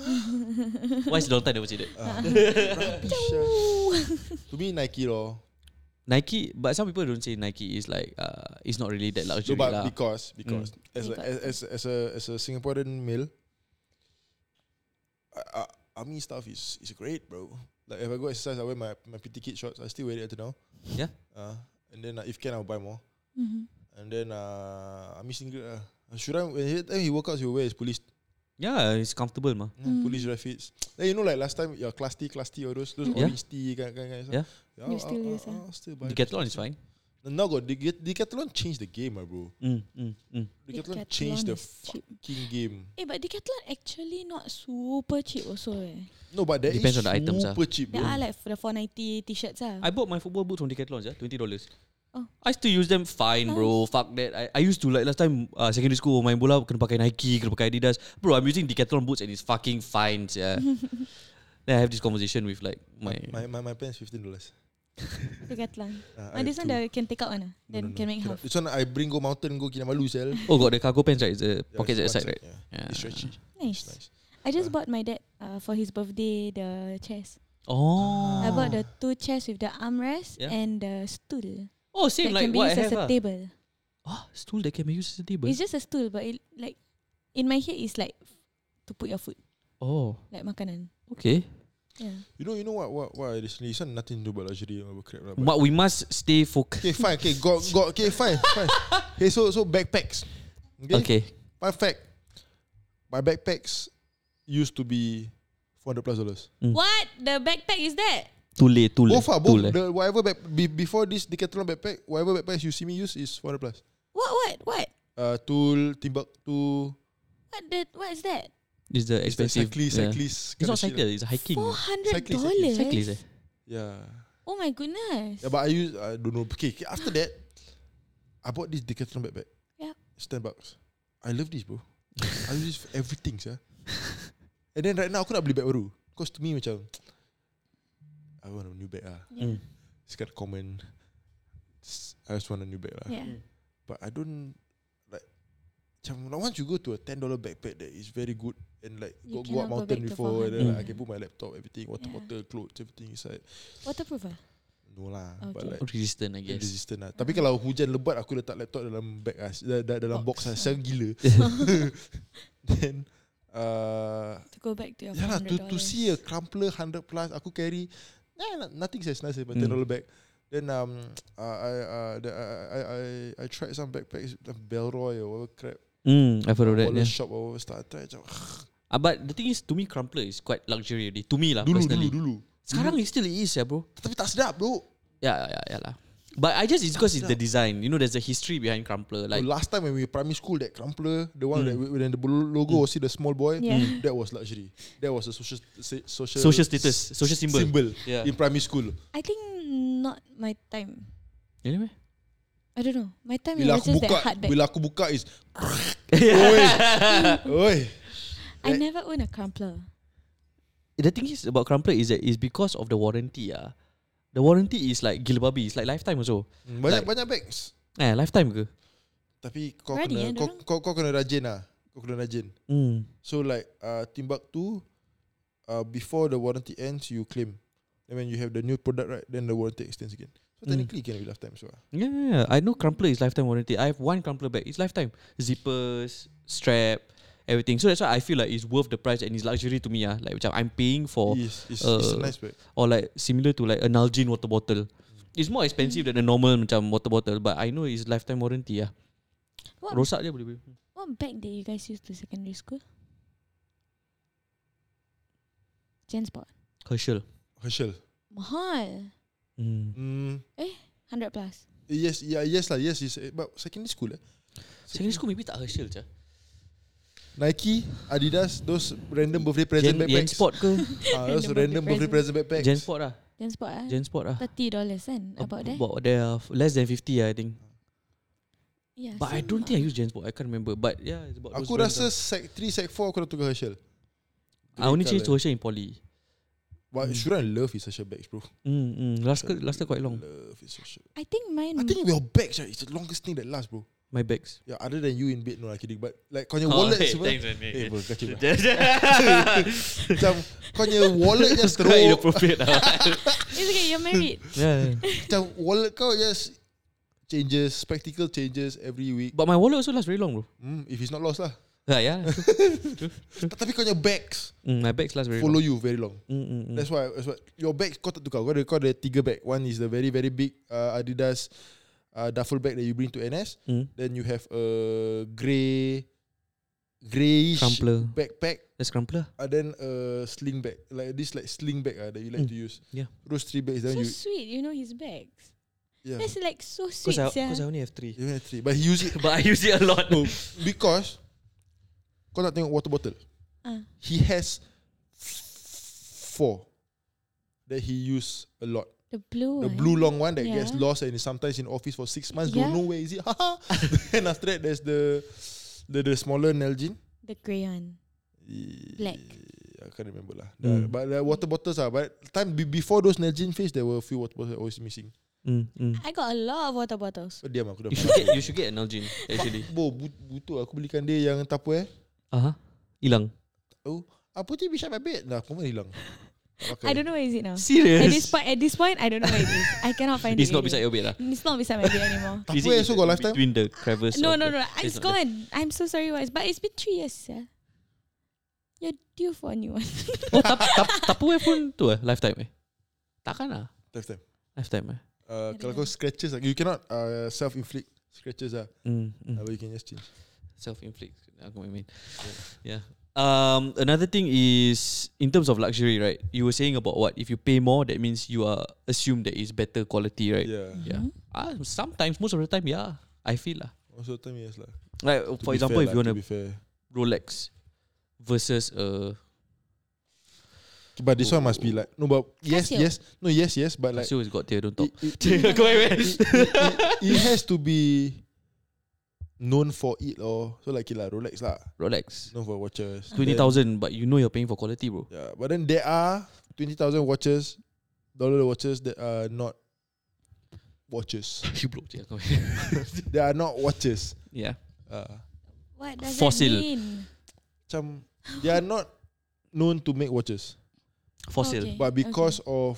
[SPEAKER 2] Why is long time never see that?
[SPEAKER 4] *laughs* Rubbish ah. To me Nike lor.
[SPEAKER 2] Nike, but some people don't say Nike is like uh, it's not really that
[SPEAKER 4] So
[SPEAKER 2] luxury
[SPEAKER 4] but
[SPEAKER 2] lah. Hmm.
[SPEAKER 4] because because as, a, as
[SPEAKER 3] Because.
[SPEAKER 4] as as a as a Singaporean male, I, I, army stuff is is great, bro. Like if I go exercise, I wear my my pretty kid shorts. I still wear it until now.
[SPEAKER 2] Yeah.
[SPEAKER 4] Uh, and then uh, if can, I'll buy more.
[SPEAKER 3] Mhm.
[SPEAKER 4] And then uh, army singlet. Uh, should I? When he, time he workouts, he will wear his police
[SPEAKER 2] Yeah, it's comfortable mah.
[SPEAKER 4] yeah,
[SPEAKER 3] Mm.
[SPEAKER 4] police refits. Then you know like last time your class T, class T or those those
[SPEAKER 2] Mm. Yeah.
[SPEAKER 4] orange T kind kind kind.
[SPEAKER 2] Yeah.
[SPEAKER 4] yeah I'll,
[SPEAKER 3] You still
[SPEAKER 4] I'll,
[SPEAKER 3] use,
[SPEAKER 4] I'll,
[SPEAKER 3] ah?
[SPEAKER 4] I'll still buy.
[SPEAKER 2] Decathlon is fine.
[SPEAKER 4] Now got Decathlon, Decathlon changed the game, ah, bro.
[SPEAKER 2] Mm, mm, mm.
[SPEAKER 4] Decathlon, changed the
[SPEAKER 3] Decathlon is cheap.
[SPEAKER 4] fucking game.
[SPEAKER 3] Eh, but Decathlon actually not super cheap also eh.
[SPEAKER 4] No, but that
[SPEAKER 2] Depends
[SPEAKER 4] is
[SPEAKER 2] on the items, ah.
[SPEAKER 4] super cheap.
[SPEAKER 3] There
[SPEAKER 4] bro.
[SPEAKER 3] are like for the 490 t-shirts ah.
[SPEAKER 2] I bought my football boots from Decathlon, yeah, twenty dollars.
[SPEAKER 3] Oh.
[SPEAKER 2] I still use them fine bro Fuck that I, I used to like Last time uh, secondary school Main bola kena pakai Nike Kena pakai Adidas Bro I'm using Decathlon boots And it's fucking fine
[SPEAKER 3] *laughs*
[SPEAKER 2] yeah. Then I have this conversation With like My,
[SPEAKER 4] My my my pants fifteen dollars.
[SPEAKER 3] Decathlon.
[SPEAKER 4] Uh,
[SPEAKER 3] Ah, this one the can take out one ah. Then can make half.
[SPEAKER 4] This one I bring go mountain go Kinamalu
[SPEAKER 3] *laughs*
[SPEAKER 4] sell.
[SPEAKER 2] Oh got the cargo pants right It's the pockets at
[SPEAKER 4] it's
[SPEAKER 2] the side
[SPEAKER 4] one
[SPEAKER 2] right
[SPEAKER 4] Yeah.
[SPEAKER 2] yeah.
[SPEAKER 4] It's stretchy.
[SPEAKER 3] Ah.
[SPEAKER 4] It's
[SPEAKER 3] Nice.
[SPEAKER 4] nice.
[SPEAKER 3] I just bought my dad uh, for his birthday the chairs.
[SPEAKER 2] Oh
[SPEAKER 3] I bought the two chairs with the armrest
[SPEAKER 2] Yeah.
[SPEAKER 3] and the stool
[SPEAKER 2] Oh
[SPEAKER 3] that
[SPEAKER 2] same like
[SPEAKER 3] can be
[SPEAKER 2] what I
[SPEAKER 3] used as
[SPEAKER 2] have
[SPEAKER 3] a
[SPEAKER 2] ah.
[SPEAKER 3] table.
[SPEAKER 2] Ah, Stool that can be used as a table
[SPEAKER 3] It's just a stool, but it like in my head it's like to put your food,
[SPEAKER 2] Oh
[SPEAKER 3] like makanan.
[SPEAKER 2] Okay Hmm.
[SPEAKER 3] Yeah.
[SPEAKER 4] You know you know what what what I recently. This one nothing to do about luxury or about crap lah. but-
[SPEAKER 2] But we must stay focused
[SPEAKER 4] Okay, fine. Okay, got got. Okay, fine, fine. Okay, so so backpacks. Okay.
[SPEAKER 2] Okay
[SPEAKER 4] Fun fact, my backpacks used to be four hundred plus dollars.
[SPEAKER 3] What the backpack is that?
[SPEAKER 2] Tule Tule
[SPEAKER 4] Both are both. The whatever back, be, before this Decathlon backpack, whatever backpacks you see me use is four hundred plus.
[SPEAKER 3] What what what?
[SPEAKER 4] Uh, tool, Timbuktu,
[SPEAKER 3] What the what is that?
[SPEAKER 2] It's the
[SPEAKER 4] it's the
[SPEAKER 2] expensive
[SPEAKER 4] cyclist,
[SPEAKER 2] yeah.
[SPEAKER 4] cyclist.
[SPEAKER 2] It's
[SPEAKER 4] kinda
[SPEAKER 2] not
[SPEAKER 4] shit lah.
[SPEAKER 2] cycle It's hiking
[SPEAKER 3] Four hundred
[SPEAKER 4] Cyclist,
[SPEAKER 3] dollars.
[SPEAKER 2] Cyclist eh
[SPEAKER 4] Yeah.
[SPEAKER 3] Oh my
[SPEAKER 4] Yeah,
[SPEAKER 3] goodness.
[SPEAKER 4] but I use I don't know. Okay, okay, after that, I bought this Decathlon backpack.
[SPEAKER 3] Yeah.
[SPEAKER 4] It's ten bucks. I love this, bro. I use this for everything, sir. And then right now aku nak beli bag baru. Cause to me macam I want a new bag lah.
[SPEAKER 3] Yeah.
[SPEAKER 4] It's kind of common. It's- I just want a new bag lah.
[SPEAKER 3] yeah.
[SPEAKER 4] But I don't like macam like, once you go to a ten dollar backpack that is very good and like go, go
[SPEAKER 3] You cannot
[SPEAKER 4] up
[SPEAKER 3] go
[SPEAKER 4] mountain
[SPEAKER 3] back to
[SPEAKER 4] before and then
[SPEAKER 2] 400.
[SPEAKER 4] like, I can put my laptop, everything, water
[SPEAKER 3] Yeah.
[SPEAKER 4] bottle, clothes, everything inside.
[SPEAKER 3] Waterproof ah?
[SPEAKER 4] No lah. But
[SPEAKER 3] Okay.
[SPEAKER 4] like
[SPEAKER 2] Resistant Oh, I guess
[SPEAKER 4] Resistant lah Tapi kalau hujan lebat Aku letak laptop dalam bag lah da- da- Dalam box,
[SPEAKER 3] Box.
[SPEAKER 4] lah
[SPEAKER 2] *laughs*
[SPEAKER 4] Siang gila *laughs* Then uh,
[SPEAKER 3] To go back to your
[SPEAKER 4] Yeah lah to,
[SPEAKER 3] $400.
[SPEAKER 4] to see a crumpler 100 plus Aku carry yeah, no- Nothing as nice as my $10
[SPEAKER 2] Hmm.
[SPEAKER 4] bag Then um, uh, I, uh, the, I, I, I, I tried some backpacks like Belroy or whatever crap
[SPEAKER 2] Mm, I've heard of that. Yeah.
[SPEAKER 4] Wallet shop or whatever start, I tried macam,
[SPEAKER 2] Ah, but the thing is, to me, crumpler is quite luxury already. To me lah,
[SPEAKER 4] Dulu dulu
[SPEAKER 2] personally.
[SPEAKER 4] dulu
[SPEAKER 2] Sekarang it still is, yeah, bro.
[SPEAKER 4] Tapi tak sedap bro
[SPEAKER 2] Yeah, yeah, yeah lah. But I just it's because it's the design. You know, there's a history behind crumpler. Like, Hmm.
[SPEAKER 4] Like last time when we primary school, that crumpler, the one that we- when the bl- logo was see the small boy,
[SPEAKER 3] Yeah. Mm.
[SPEAKER 4] that was luxury. That was a social sa- social
[SPEAKER 2] Social status, social symbol. Yeah.
[SPEAKER 4] in primary school.
[SPEAKER 3] I think not my time.
[SPEAKER 2] anyway.
[SPEAKER 3] I don't know. My time it
[SPEAKER 4] Bila
[SPEAKER 3] was
[SPEAKER 4] aku
[SPEAKER 3] just
[SPEAKER 4] buka,
[SPEAKER 3] that hard back.
[SPEAKER 4] bila aku buka is, oi, oi.
[SPEAKER 3] I never own a crumpler.
[SPEAKER 2] *laughs* the thing is about Crumpler is that it's because of the warranty. Ah, the warranty is like gila babi. It's like lifetime also.
[SPEAKER 4] Banyak
[SPEAKER 2] Like-
[SPEAKER 4] banyak bags.
[SPEAKER 2] Eh, lifetime ke?
[SPEAKER 4] Tapi kau
[SPEAKER 3] Ready, eh,
[SPEAKER 4] kena kau,
[SPEAKER 3] dorang?
[SPEAKER 4] kau, kau kena rajin lah. Kau kena rajin.
[SPEAKER 2] Hmm.
[SPEAKER 4] So like uh, Timbuktu, uh, before the warranty ends, you claim. And when you have the new product right, then the warranty extends again. So
[SPEAKER 2] Mm.
[SPEAKER 4] technically, it can be lifetime. So
[SPEAKER 2] Yeah, yeah, yeah. Ya, I know Crumpler is lifetime warranty. I have one Crumpler bag. It's lifetime. Zippers, strap, everything. So that's why I feel like it's worth the price and it's luxury to me. Ah, like macam I'm paying for
[SPEAKER 4] it's, it's, it's
[SPEAKER 2] uh,
[SPEAKER 4] a nice bag.
[SPEAKER 2] or like similar to like a Nalgene water bottle. It's more expensive than a normal macam water bottle, but I know it's lifetime warranty ah.
[SPEAKER 3] What,
[SPEAKER 2] Rosak dia boleh beli.
[SPEAKER 3] what bag did you guys use to secondary school? Jansport.
[SPEAKER 2] Herschel.
[SPEAKER 4] Herschel.
[SPEAKER 3] Mahal.
[SPEAKER 2] Hmm.
[SPEAKER 4] Mm,
[SPEAKER 3] 100 plus.
[SPEAKER 4] yes, yeah, yes lah, yes. It's, eh, but secondary school, eh?
[SPEAKER 2] Secondary school maybe tak Herschel je.
[SPEAKER 4] Nike, Adidas, those random birthday present
[SPEAKER 2] Gen, Gen
[SPEAKER 4] backpacks.
[SPEAKER 2] Sport
[SPEAKER 4] *laughs*
[SPEAKER 2] ke?
[SPEAKER 4] Ah, those
[SPEAKER 3] Random
[SPEAKER 4] random
[SPEAKER 3] birthday
[SPEAKER 4] birthday present backpacks.
[SPEAKER 2] Gen Sport lah.
[SPEAKER 3] Jansport ah.
[SPEAKER 2] Gen Sport lah.
[SPEAKER 3] Thirty dollars kan about that.
[SPEAKER 2] About there ah, f- less than 50 ah, I think.
[SPEAKER 3] Yeah.
[SPEAKER 2] But I
[SPEAKER 3] same
[SPEAKER 2] don't
[SPEAKER 3] ah.
[SPEAKER 2] think I use Gen Sport. I can't remember. But yeah, it's about
[SPEAKER 4] Aku
[SPEAKER 2] those ah. brands
[SPEAKER 4] rasa sec 3, sec 4 aku dah tukar Herschel.
[SPEAKER 2] ah. I only
[SPEAKER 4] Grey
[SPEAKER 2] changed to
[SPEAKER 4] colour.
[SPEAKER 2] Herschel in poly.
[SPEAKER 4] eh. But
[SPEAKER 2] Mm.
[SPEAKER 4] Shuran love his Herschel bags, bro.
[SPEAKER 2] Mm, mm. Lasted, lasted quite long.
[SPEAKER 4] Love his Herschel.
[SPEAKER 3] I think mine.
[SPEAKER 4] I think your bags right, it's the longest thing that lasts, bro.
[SPEAKER 2] My bags.
[SPEAKER 4] Yeah, other than you in bed, no lah kidding. But like kau
[SPEAKER 2] Oh,
[SPEAKER 4] punya wallet semua, *laughs* eh
[SPEAKER 2] *laughs*
[SPEAKER 4] bro, kacau lah. Macam kau punya
[SPEAKER 2] *laughs*
[SPEAKER 4] wallet just
[SPEAKER 2] Quite
[SPEAKER 4] teruk.
[SPEAKER 2] inappropriate *laughs* lah.
[SPEAKER 3] *laughs* it's okay.
[SPEAKER 4] *laughs*
[SPEAKER 3] You're married.
[SPEAKER 2] yeah.
[SPEAKER 4] Macam wallet kau just changes, practical changes every week.
[SPEAKER 2] But my wallet also lasts very long bro.
[SPEAKER 4] Hmm, if it's not lost lah.
[SPEAKER 2] Ah, yeah.
[SPEAKER 4] Tapi kau punya bags
[SPEAKER 2] mm, my bags last very
[SPEAKER 4] follow
[SPEAKER 2] long.
[SPEAKER 4] you very long.
[SPEAKER 2] Mm, mm, mm.
[SPEAKER 4] That's why, that's why your bags kau tak tukar. Kau ada, kau ada tiga bag. One is the very very big uh, Adidas uh, duffel bag that you bring to NS.
[SPEAKER 2] Mm.
[SPEAKER 4] Then you have a grey, greyish
[SPEAKER 2] Crumpler.
[SPEAKER 4] backpack.
[SPEAKER 2] That's crumpler.
[SPEAKER 4] Uh, then a sling bag, like this like sling bag uh, that you like
[SPEAKER 2] Mm.
[SPEAKER 4] to use.
[SPEAKER 2] Yeah.
[SPEAKER 4] Those three bags. Then
[SPEAKER 3] so
[SPEAKER 4] you
[SPEAKER 3] sweet. You know his bags.
[SPEAKER 4] yeah.
[SPEAKER 3] That's like so
[SPEAKER 2] Because
[SPEAKER 3] sweet.
[SPEAKER 2] I,
[SPEAKER 3] sia.
[SPEAKER 2] 'cause I only have three.
[SPEAKER 4] You have three, but he use it
[SPEAKER 2] *laughs* But I use it a lot.
[SPEAKER 4] because kau nak tengok water bottle.
[SPEAKER 3] Ah.
[SPEAKER 4] He has four that he use a lot.
[SPEAKER 3] The blue.
[SPEAKER 4] The
[SPEAKER 3] one.
[SPEAKER 4] blue long one that
[SPEAKER 3] eh? Yeah.
[SPEAKER 4] gets lost and is sometimes in office for six months.
[SPEAKER 3] Yeah.
[SPEAKER 4] Don't know where is it. *laughs* then after that, there's the the the smaller Nelgin.
[SPEAKER 3] The grey one. Black.
[SPEAKER 4] I can't remember lah.
[SPEAKER 2] Mm.
[SPEAKER 4] The- but the water bottles are. But time be- before those Nelgin phase, there were a few water bottles always missing.
[SPEAKER 2] mm, mm.
[SPEAKER 3] I got a lot of water bottles.
[SPEAKER 4] So diam aku
[SPEAKER 2] *laughs*
[SPEAKER 4] dah.
[SPEAKER 2] You should get you should get an Nalgene actually.
[SPEAKER 4] Bo, but- butuh aku belikan dia yang tupperware.
[SPEAKER 2] Aha. Uh-huh. Hilang.
[SPEAKER 4] Oh, apa tu Bishop Abid? Nah, aku pun hilang.
[SPEAKER 3] *laughs* I don't know where is it now.
[SPEAKER 2] Serious.
[SPEAKER 3] At this point, at this point, I don't know where it is.
[SPEAKER 2] *laughs*
[SPEAKER 3] I cannot find
[SPEAKER 2] It's
[SPEAKER 3] it.
[SPEAKER 2] not beside your bed
[SPEAKER 3] anywhere.
[SPEAKER 2] lah.
[SPEAKER 3] It's not beside my bed anymore.
[SPEAKER 2] Is
[SPEAKER 4] Tupperware
[SPEAKER 2] it
[SPEAKER 4] also got lifetime?
[SPEAKER 2] Between the crevice.
[SPEAKER 3] no,
[SPEAKER 2] of
[SPEAKER 3] no,
[SPEAKER 2] the-
[SPEAKER 3] no, It's
[SPEAKER 2] not there.
[SPEAKER 3] gone. I'm so sorry, guys, but it's been three years. Yeah. You're due for a new one.
[SPEAKER 2] Oh, tap, tap, Tupperware pun tu eh, lifetime eh. Takkan lah.
[SPEAKER 4] Lifetime.
[SPEAKER 2] Lifetime eh.
[SPEAKER 4] Uh,
[SPEAKER 3] I
[SPEAKER 4] kalau kau
[SPEAKER 3] don't
[SPEAKER 4] scratches, you cannot uh, self-inflict scratches lah.
[SPEAKER 2] Mm, mm.
[SPEAKER 4] Uh, but you can just change.
[SPEAKER 2] self-inflict. Aku main main. Yeah. Um, another thing is in terms of luxury, right? You were saying about what if you pay more, that means you are assumed that it's better quality, right?
[SPEAKER 4] Yeah.
[SPEAKER 3] *laughs*
[SPEAKER 2] Yeah. Ah, sometimes most of the time, yeah, I feel lah.
[SPEAKER 4] Also time yes lah. To
[SPEAKER 2] Like for
[SPEAKER 4] be
[SPEAKER 2] example,
[SPEAKER 4] fair
[SPEAKER 2] if you
[SPEAKER 4] lah,
[SPEAKER 2] want
[SPEAKER 4] to
[SPEAKER 2] a
[SPEAKER 4] be fair.
[SPEAKER 2] Rolex versus uh, a
[SPEAKER 4] But this one must be like no, but yes,
[SPEAKER 3] Casio.
[SPEAKER 4] yes, no, yes, yes, but like
[SPEAKER 2] Casio is got tier, don't talk.
[SPEAKER 4] it, it, *laughs*
[SPEAKER 2] Go away.
[SPEAKER 4] it has to be known for it or so like it lah, Rolex lah,
[SPEAKER 2] *laughs* Rolex
[SPEAKER 4] known for watches.
[SPEAKER 2] twenty thousand, but you know you're paying for quality, bro. *laughs*
[SPEAKER 4] Then- Yeah, but then there are twenty thousand watches, dollar watches that are not watches. *laughs*
[SPEAKER 2] you blow, yeah, go away.
[SPEAKER 4] they are not watches.
[SPEAKER 2] *laughs* yeah.
[SPEAKER 4] Uh,
[SPEAKER 3] what does
[SPEAKER 2] Fossil.
[SPEAKER 3] that mean?
[SPEAKER 4] macam they are not known to make watches,
[SPEAKER 2] Fossil.
[SPEAKER 3] Okay.
[SPEAKER 4] but because of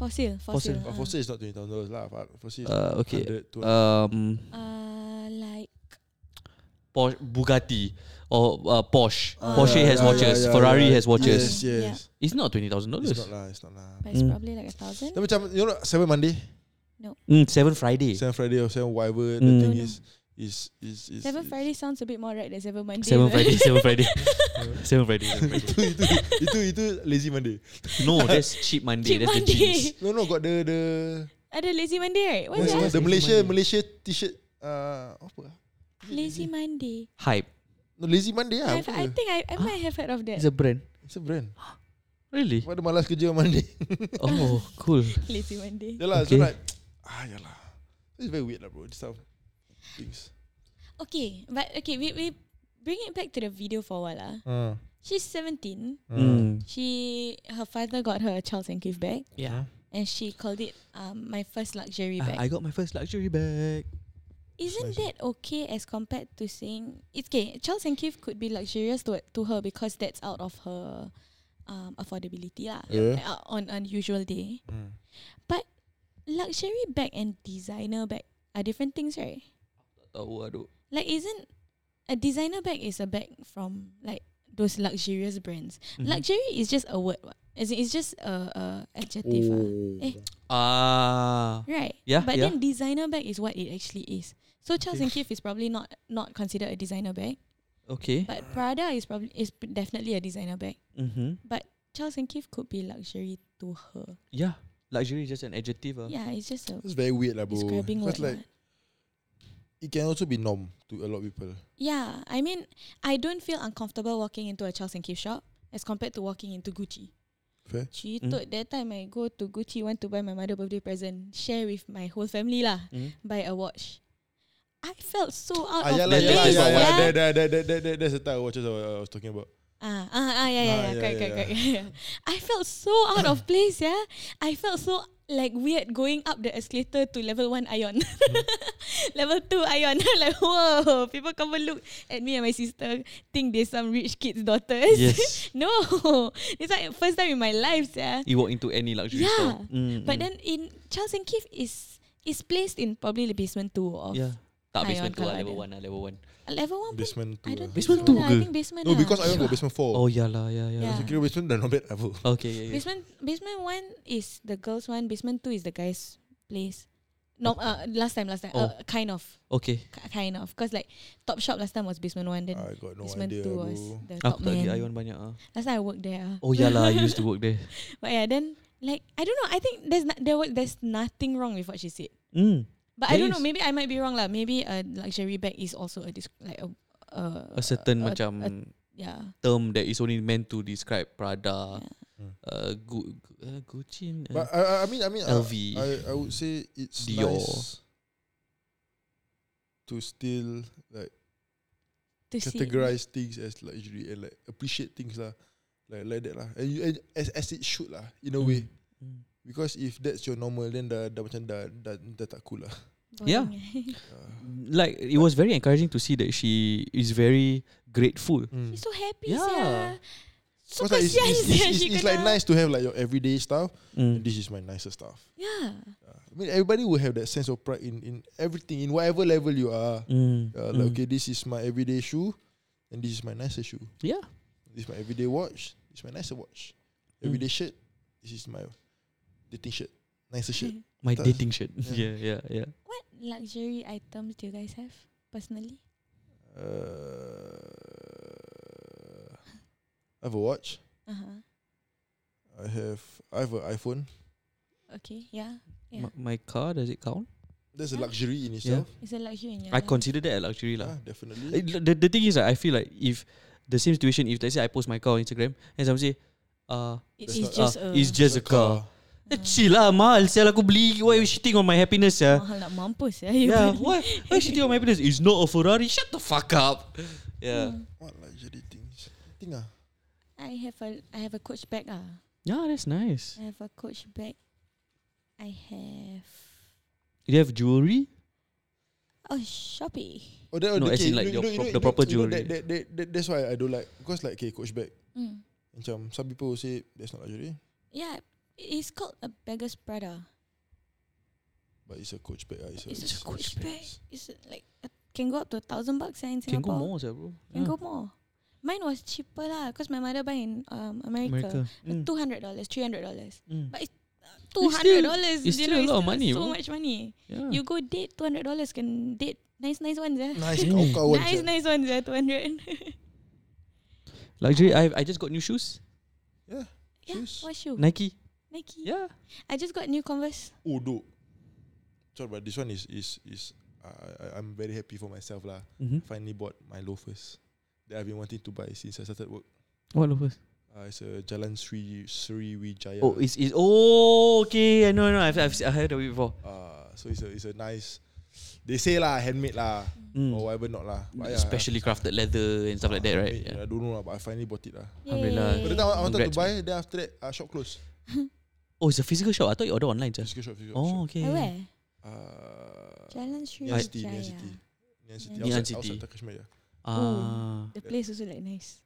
[SPEAKER 3] Fossil. Fossil.
[SPEAKER 2] Fossil.
[SPEAKER 4] uh,
[SPEAKER 3] ah.
[SPEAKER 4] fossil is not twenty thousand dollars lah. but Fossil is
[SPEAKER 2] Uh, okay.
[SPEAKER 4] 100, 200.
[SPEAKER 2] Um,
[SPEAKER 3] Uh, like
[SPEAKER 2] Porsche, Bugatti or uh, Porsche.
[SPEAKER 4] Ah,
[SPEAKER 2] Porsche
[SPEAKER 4] yeah,
[SPEAKER 2] has
[SPEAKER 4] yeah,
[SPEAKER 2] watches.
[SPEAKER 4] yeah, yeah,
[SPEAKER 2] Ferrari
[SPEAKER 4] yeah.
[SPEAKER 2] has watches.
[SPEAKER 4] ya. Yes, yes.
[SPEAKER 3] Yeah.
[SPEAKER 2] It's not twenty thousand
[SPEAKER 4] It's not
[SPEAKER 2] dollars.
[SPEAKER 4] lah, it's not lah.
[SPEAKER 3] but it's
[SPEAKER 2] Mm.
[SPEAKER 3] probably like a thousand.
[SPEAKER 4] Tapi macam you know Seven Monday,
[SPEAKER 2] Mm, seven Friday.
[SPEAKER 4] Seven Friday or Seven whatever the
[SPEAKER 2] Mm.
[SPEAKER 4] thing
[SPEAKER 3] No, no.
[SPEAKER 4] is is is is
[SPEAKER 3] Seven
[SPEAKER 4] is-
[SPEAKER 3] Friday sounds a bit more right than seven Monday.
[SPEAKER 2] Seven
[SPEAKER 3] right?
[SPEAKER 2] Friday.
[SPEAKER 3] *laughs*
[SPEAKER 2] Seven Friday. seven Friday. seven Friday.
[SPEAKER 4] itu itu *laughs* itu itu lazy Monday.
[SPEAKER 2] No, that's cheap Monday.
[SPEAKER 3] Cheap
[SPEAKER 2] that's
[SPEAKER 3] Monday.
[SPEAKER 2] the jeans.
[SPEAKER 4] No no got the the
[SPEAKER 3] Ada lazy Monday, right? What's
[SPEAKER 2] Lazy
[SPEAKER 4] the,
[SPEAKER 3] that?
[SPEAKER 2] Monday.
[SPEAKER 4] the Malaysia Malaysia T-shirt uh, apa? ah?
[SPEAKER 3] Lazy Monday.
[SPEAKER 2] Hype.
[SPEAKER 4] No lazy Monday lah.
[SPEAKER 3] I've,
[SPEAKER 4] apa
[SPEAKER 3] I
[SPEAKER 4] ke?
[SPEAKER 3] think I, I might have heard of that.
[SPEAKER 2] It's a brand.
[SPEAKER 4] It's a brand.
[SPEAKER 2] Really?
[SPEAKER 4] Kau ada malas kerja on Monday. *laughs*
[SPEAKER 2] Oh, cool.
[SPEAKER 3] lazy Monday.
[SPEAKER 4] Yalah,
[SPEAKER 2] Okay.
[SPEAKER 4] so like ah yalah. lah, It's very weird lah bro. This stuff things.
[SPEAKER 3] Okay, but okay, we we bring it back to the video for a while. ah.
[SPEAKER 4] Uh,
[SPEAKER 3] She's 17.
[SPEAKER 4] uh,
[SPEAKER 2] Mm.
[SPEAKER 3] She her father got her a Charles and Keith bag
[SPEAKER 2] Yeah.
[SPEAKER 3] and she called it um, my first luxury
[SPEAKER 2] Ah,
[SPEAKER 3] bag.
[SPEAKER 2] I got my first luxury bag.
[SPEAKER 3] Isn't that okay as compared to saying it's okay? Charles and Keith could be luxurious to to her because that's out of her um, affordability lah.
[SPEAKER 4] Yeah.
[SPEAKER 3] Like, uh, on unusual day,
[SPEAKER 4] Mm.
[SPEAKER 3] luxury bag and designer bag are different things, right?
[SPEAKER 2] Tahu Oh, aduh.
[SPEAKER 3] Like, isn't a designer bag is a bag from like those luxurious brands?
[SPEAKER 2] Mm-hmm.
[SPEAKER 3] Luxury is just a word. What? As in, it's just a, a adjective. ah. Eh,
[SPEAKER 2] Ah.
[SPEAKER 3] Right.
[SPEAKER 2] Oh. Yeah,
[SPEAKER 3] But
[SPEAKER 2] yeah.
[SPEAKER 3] then designer bag is what it actually is. So Charles and Keith is probably not not considered a designer bag,
[SPEAKER 2] Okay.
[SPEAKER 3] but Prada is probably is p- definitely a designer bag.
[SPEAKER 2] Mhm.
[SPEAKER 3] But Charles and Keith could be luxury to her.
[SPEAKER 2] Yeah. Luxury is just an adjective. ah.
[SPEAKER 3] Yeah, it's just a
[SPEAKER 4] That's very weird, lah, bro.
[SPEAKER 3] describing word.
[SPEAKER 4] Because like
[SPEAKER 3] lah.
[SPEAKER 4] it can also be norm to a lot of people.
[SPEAKER 3] Yeah, I mean, I don't feel uncomfortable walking into a Charles and Keith shop as compared to walking into Gucci.
[SPEAKER 4] Fair.
[SPEAKER 3] She
[SPEAKER 2] Mm.
[SPEAKER 3] thought that time I go to Gucci, want to buy my mother birthday present, share with my whole family lah,
[SPEAKER 2] Mm.
[SPEAKER 3] buy a watch. I felt so out
[SPEAKER 4] Ah,
[SPEAKER 3] of
[SPEAKER 4] yeah, lah,
[SPEAKER 3] place.
[SPEAKER 4] yeah, lah, yeah,
[SPEAKER 2] Place,
[SPEAKER 4] yeah.
[SPEAKER 3] yeah.
[SPEAKER 4] That, that, that, that, that, that, that's the type of watches I was, I was talking about.
[SPEAKER 3] Ah, ah, ah, yeah, yeah,
[SPEAKER 4] Ah,
[SPEAKER 3] yeah,
[SPEAKER 4] yeah,
[SPEAKER 3] correct,
[SPEAKER 4] yeah,
[SPEAKER 3] correct, correct. *laughs* I felt so out of place, yeah. I felt so like weird going up the escalator to level one ion, *laughs* level two ion. *laughs* like whoa, people come and look at me and my sister, think they some rich kids' daughters.
[SPEAKER 2] Yes.
[SPEAKER 3] *laughs* no, it's like first time in my life, yeah.
[SPEAKER 2] You walk into any luxury
[SPEAKER 3] Yeah,
[SPEAKER 2] store. Mm,
[SPEAKER 3] But
[SPEAKER 2] mm.
[SPEAKER 3] then in Charles and Keith is is placed in probably the basement two of
[SPEAKER 2] yeah. Tak
[SPEAKER 3] Ion
[SPEAKER 2] basement tu lah,
[SPEAKER 3] kalau
[SPEAKER 2] level
[SPEAKER 3] ada.
[SPEAKER 2] 1 lah, level 1.
[SPEAKER 3] level one. pun-
[SPEAKER 4] Basement two.
[SPEAKER 3] Oh, I
[SPEAKER 4] lah.
[SPEAKER 3] don't
[SPEAKER 2] Basement two
[SPEAKER 3] think so lah,
[SPEAKER 2] ke?
[SPEAKER 3] I think basement.
[SPEAKER 4] No,
[SPEAKER 3] lah.
[SPEAKER 4] because I want to go basement four.
[SPEAKER 2] Oh, yeah lah, yeah, yeah.
[SPEAKER 3] Yeah.
[SPEAKER 2] yeah.
[SPEAKER 4] So kira basement dah not bad lah, bro.
[SPEAKER 2] Okay, ya, yeah, yeah.
[SPEAKER 3] Basement basement one is the girls one. Basement two is the guys' place. No, uh, last time, last time,
[SPEAKER 2] Oh.
[SPEAKER 3] uh, kind of,
[SPEAKER 2] Okay.
[SPEAKER 3] ki- kind of, because like top shop last time was basement one, then
[SPEAKER 4] I got no
[SPEAKER 3] basement
[SPEAKER 4] idea,
[SPEAKER 3] two
[SPEAKER 4] bro.
[SPEAKER 3] was the top
[SPEAKER 2] Aku tak pergi
[SPEAKER 3] man.
[SPEAKER 2] Ion banyak ah.
[SPEAKER 3] Last time I worked there. ah.
[SPEAKER 2] Oh, yeah lah, I used
[SPEAKER 3] *laughs*
[SPEAKER 2] to work there.
[SPEAKER 3] But yeah, then like I don't know. I think there's not, there was there's nothing wrong with what she said.
[SPEAKER 2] Mm.
[SPEAKER 3] But I
[SPEAKER 2] There
[SPEAKER 3] don't know.
[SPEAKER 2] is.
[SPEAKER 3] Maybe I might be wrong lah. Maybe a luxury bag is also a disc- like a a,
[SPEAKER 2] A certain
[SPEAKER 3] a-
[SPEAKER 2] macam
[SPEAKER 3] a- yeah.
[SPEAKER 2] term that is only meant to describe Prada,
[SPEAKER 4] Yeah. Mm.
[SPEAKER 2] uh, Gu- Gu- uh, Gucci, and, uh,
[SPEAKER 4] But I, I- I mean, I mean,
[SPEAKER 2] LV.
[SPEAKER 4] I, I, I would say it's
[SPEAKER 2] Dior.
[SPEAKER 4] nice to still like
[SPEAKER 3] To see.
[SPEAKER 4] categorize things as luxury and like appreciate things lah, like like that lah. And, you, and as as it should lah in a
[SPEAKER 2] Mm.
[SPEAKER 4] way.
[SPEAKER 2] Mm.
[SPEAKER 4] Because if that's your normal, then dah dah macam dah dah, dah tak cool
[SPEAKER 3] *laughs*
[SPEAKER 4] lah.
[SPEAKER 2] Yeah.
[SPEAKER 3] Boring.
[SPEAKER 4] Uh,
[SPEAKER 2] like it was very encouraging to see that she is very grateful.
[SPEAKER 4] mm.
[SPEAKER 3] She's so happy.
[SPEAKER 2] Yeah.
[SPEAKER 3] Yeah. So
[SPEAKER 4] Cause like it's,
[SPEAKER 3] kasihan
[SPEAKER 4] it's,
[SPEAKER 3] sia *laughs*
[SPEAKER 4] it's,
[SPEAKER 3] she
[SPEAKER 4] it's, it's like
[SPEAKER 3] kena-
[SPEAKER 4] nice to have like your everyday stuff.
[SPEAKER 2] Mm.
[SPEAKER 4] This is my nicest stuff.
[SPEAKER 3] Yeah.
[SPEAKER 4] Uh, I mean, everybody will have that sense of pride in, in everything, in whatever level you are.
[SPEAKER 2] Mm.
[SPEAKER 4] Uh, like,
[SPEAKER 2] Mm.
[SPEAKER 4] okay, this is my everyday shoe, and this is my nicer shoe.
[SPEAKER 2] Yeah.
[SPEAKER 4] This is my everyday watch. This is my nicer watch. Everyday shirt. This is my dating shirt. Nicer shirt.
[SPEAKER 2] My
[SPEAKER 4] Tha-
[SPEAKER 2] dating shit. *laughs* Yeah,
[SPEAKER 4] Yeah.
[SPEAKER 2] yeah, yeah.
[SPEAKER 3] What luxury items do you guys have personally?
[SPEAKER 4] Uh, I have a watch.
[SPEAKER 3] Uh huh.
[SPEAKER 4] I have I have an iPhone.
[SPEAKER 3] Okay. Yeah. Yeah.
[SPEAKER 2] M- my car does it count?
[SPEAKER 4] That's a
[SPEAKER 3] Yeah.
[SPEAKER 4] luxury in itself.
[SPEAKER 3] It's a luxury in your
[SPEAKER 2] I
[SPEAKER 3] life.
[SPEAKER 2] consider that a luxury lah.
[SPEAKER 4] Yeah, definitely.
[SPEAKER 2] It- the, the thing is that I feel like if the same situation, if let's say I post my car on Instagram and someone say, uh,
[SPEAKER 3] It's,
[SPEAKER 4] That's
[SPEAKER 3] it's
[SPEAKER 2] not-
[SPEAKER 3] just
[SPEAKER 2] ah,
[SPEAKER 3] a.
[SPEAKER 2] it's just a car.
[SPEAKER 3] uh,
[SPEAKER 2] Eh, chill lah, mahal. Sial aku beli. Why you shitting on my happiness
[SPEAKER 3] *laughs*
[SPEAKER 2] ya?
[SPEAKER 3] Mahal nak Oh, mampus ya. you *laughs*
[SPEAKER 2] Yeah,
[SPEAKER 3] beli.
[SPEAKER 2] why? Why you shitting on my happiness? It's not a Ferrari. Shut the fuck up. Yeah.
[SPEAKER 3] Mm.
[SPEAKER 4] What luxury things? Thing ah.
[SPEAKER 3] I have a I have a coach bag ah.
[SPEAKER 2] Yeah, that's nice.
[SPEAKER 3] I have a coach bag. I have
[SPEAKER 2] Do you have jewelry?
[SPEAKER 3] oh Shopee.
[SPEAKER 4] Oh, that,
[SPEAKER 2] No,
[SPEAKER 4] okay.
[SPEAKER 2] as in like
[SPEAKER 4] you
[SPEAKER 2] your
[SPEAKER 4] know- you
[SPEAKER 2] prop-
[SPEAKER 4] know-
[SPEAKER 2] the proper
[SPEAKER 4] you know That,
[SPEAKER 2] jewellery.
[SPEAKER 4] that, that, that, that's why I don't like because like okay, coach bag.
[SPEAKER 3] Mm.
[SPEAKER 4] Macam some people will say that's not luxury,
[SPEAKER 3] Yeah, it's called a beggar's Prada.
[SPEAKER 4] but it's a coach bag. ah, It's,
[SPEAKER 3] It's,
[SPEAKER 4] it's
[SPEAKER 3] a coach bag. It's uh, like a, can go up to a thousand bucks eh, in
[SPEAKER 2] Can
[SPEAKER 3] Singapore.
[SPEAKER 2] go more, sia, bro.
[SPEAKER 3] Can
[SPEAKER 2] Yeah.
[SPEAKER 3] go more. Mine was cheaper lah, cause my mother buy in um, America.
[SPEAKER 2] America. Mm.
[SPEAKER 3] two hundred dollars, three hundred dollars,
[SPEAKER 2] Mm.
[SPEAKER 3] two hundred dollars.
[SPEAKER 2] it's still a lot of money,
[SPEAKER 3] So
[SPEAKER 2] bro.
[SPEAKER 3] much money.
[SPEAKER 2] Yeah.
[SPEAKER 3] You go date two hundred dollars can date nice, nice
[SPEAKER 4] *laughs*
[SPEAKER 3] ones. Eh?
[SPEAKER 4] Nice
[SPEAKER 2] Mm.
[SPEAKER 4] kau kawan.
[SPEAKER 3] nice, nice ones. Eh? Two hundred. *laughs*
[SPEAKER 2] Luxury. I I just got new shoes.
[SPEAKER 3] yeah.
[SPEAKER 4] Shoes.
[SPEAKER 3] What shoe?
[SPEAKER 2] Nike.
[SPEAKER 3] Nike.
[SPEAKER 2] Yeah.
[SPEAKER 3] I just got new Converse.
[SPEAKER 4] Oh, dope. Sorry, but this one is is is I I- I'm very happy for myself lah.
[SPEAKER 2] Mm-hmm.
[SPEAKER 4] Finally bought my loafers that I've been wanting to buy since I started work.
[SPEAKER 2] What loafers?
[SPEAKER 4] Uh, it's a Jalan Sri Sri Wijaya. Ah,
[SPEAKER 2] Oh, it's it's oh okay. I know, I know. I've I've, se- I heard of it before.
[SPEAKER 4] uh, so it's a it's a nice They say lah, handmade lah,
[SPEAKER 2] Mm.
[SPEAKER 4] or whatever not lah. But yeah,
[SPEAKER 2] Specially crafted leather and stuff like that, right?
[SPEAKER 4] handmade,
[SPEAKER 2] Yeah.
[SPEAKER 4] I don't know lah, but I finally bought it lah.
[SPEAKER 2] Alhamdulillah.
[SPEAKER 4] But
[SPEAKER 2] Yay.
[SPEAKER 4] the time I wanted to
[SPEAKER 2] Congrats,
[SPEAKER 4] buy, then after that, uh, shop closed.
[SPEAKER 2] Oh, it's a physical shop. I thought you order online just.
[SPEAKER 4] Physical shop, physical
[SPEAKER 2] Oh,
[SPEAKER 4] shop.
[SPEAKER 2] okay.
[SPEAKER 3] At where?
[SPEAKER 4] Uh,
[SPEAKER 3] Jalan Sri
[SPEAKER 4] Ngee Ann City, Ngee Ann
[SPEAKER 3] Jaya.
[SPEAKER 4] City. Ngee Ann City,
[SPEAKER 3] Ngee
[SPEAKER 2] Ann
[SPEAKER 4] outside,
[SPEAKER 2] City.
[SPEAKER 4] outside Takashimaya. yeah.
[SPEAKER 2] Ah.
[SPEAKER 3] The place also like nice.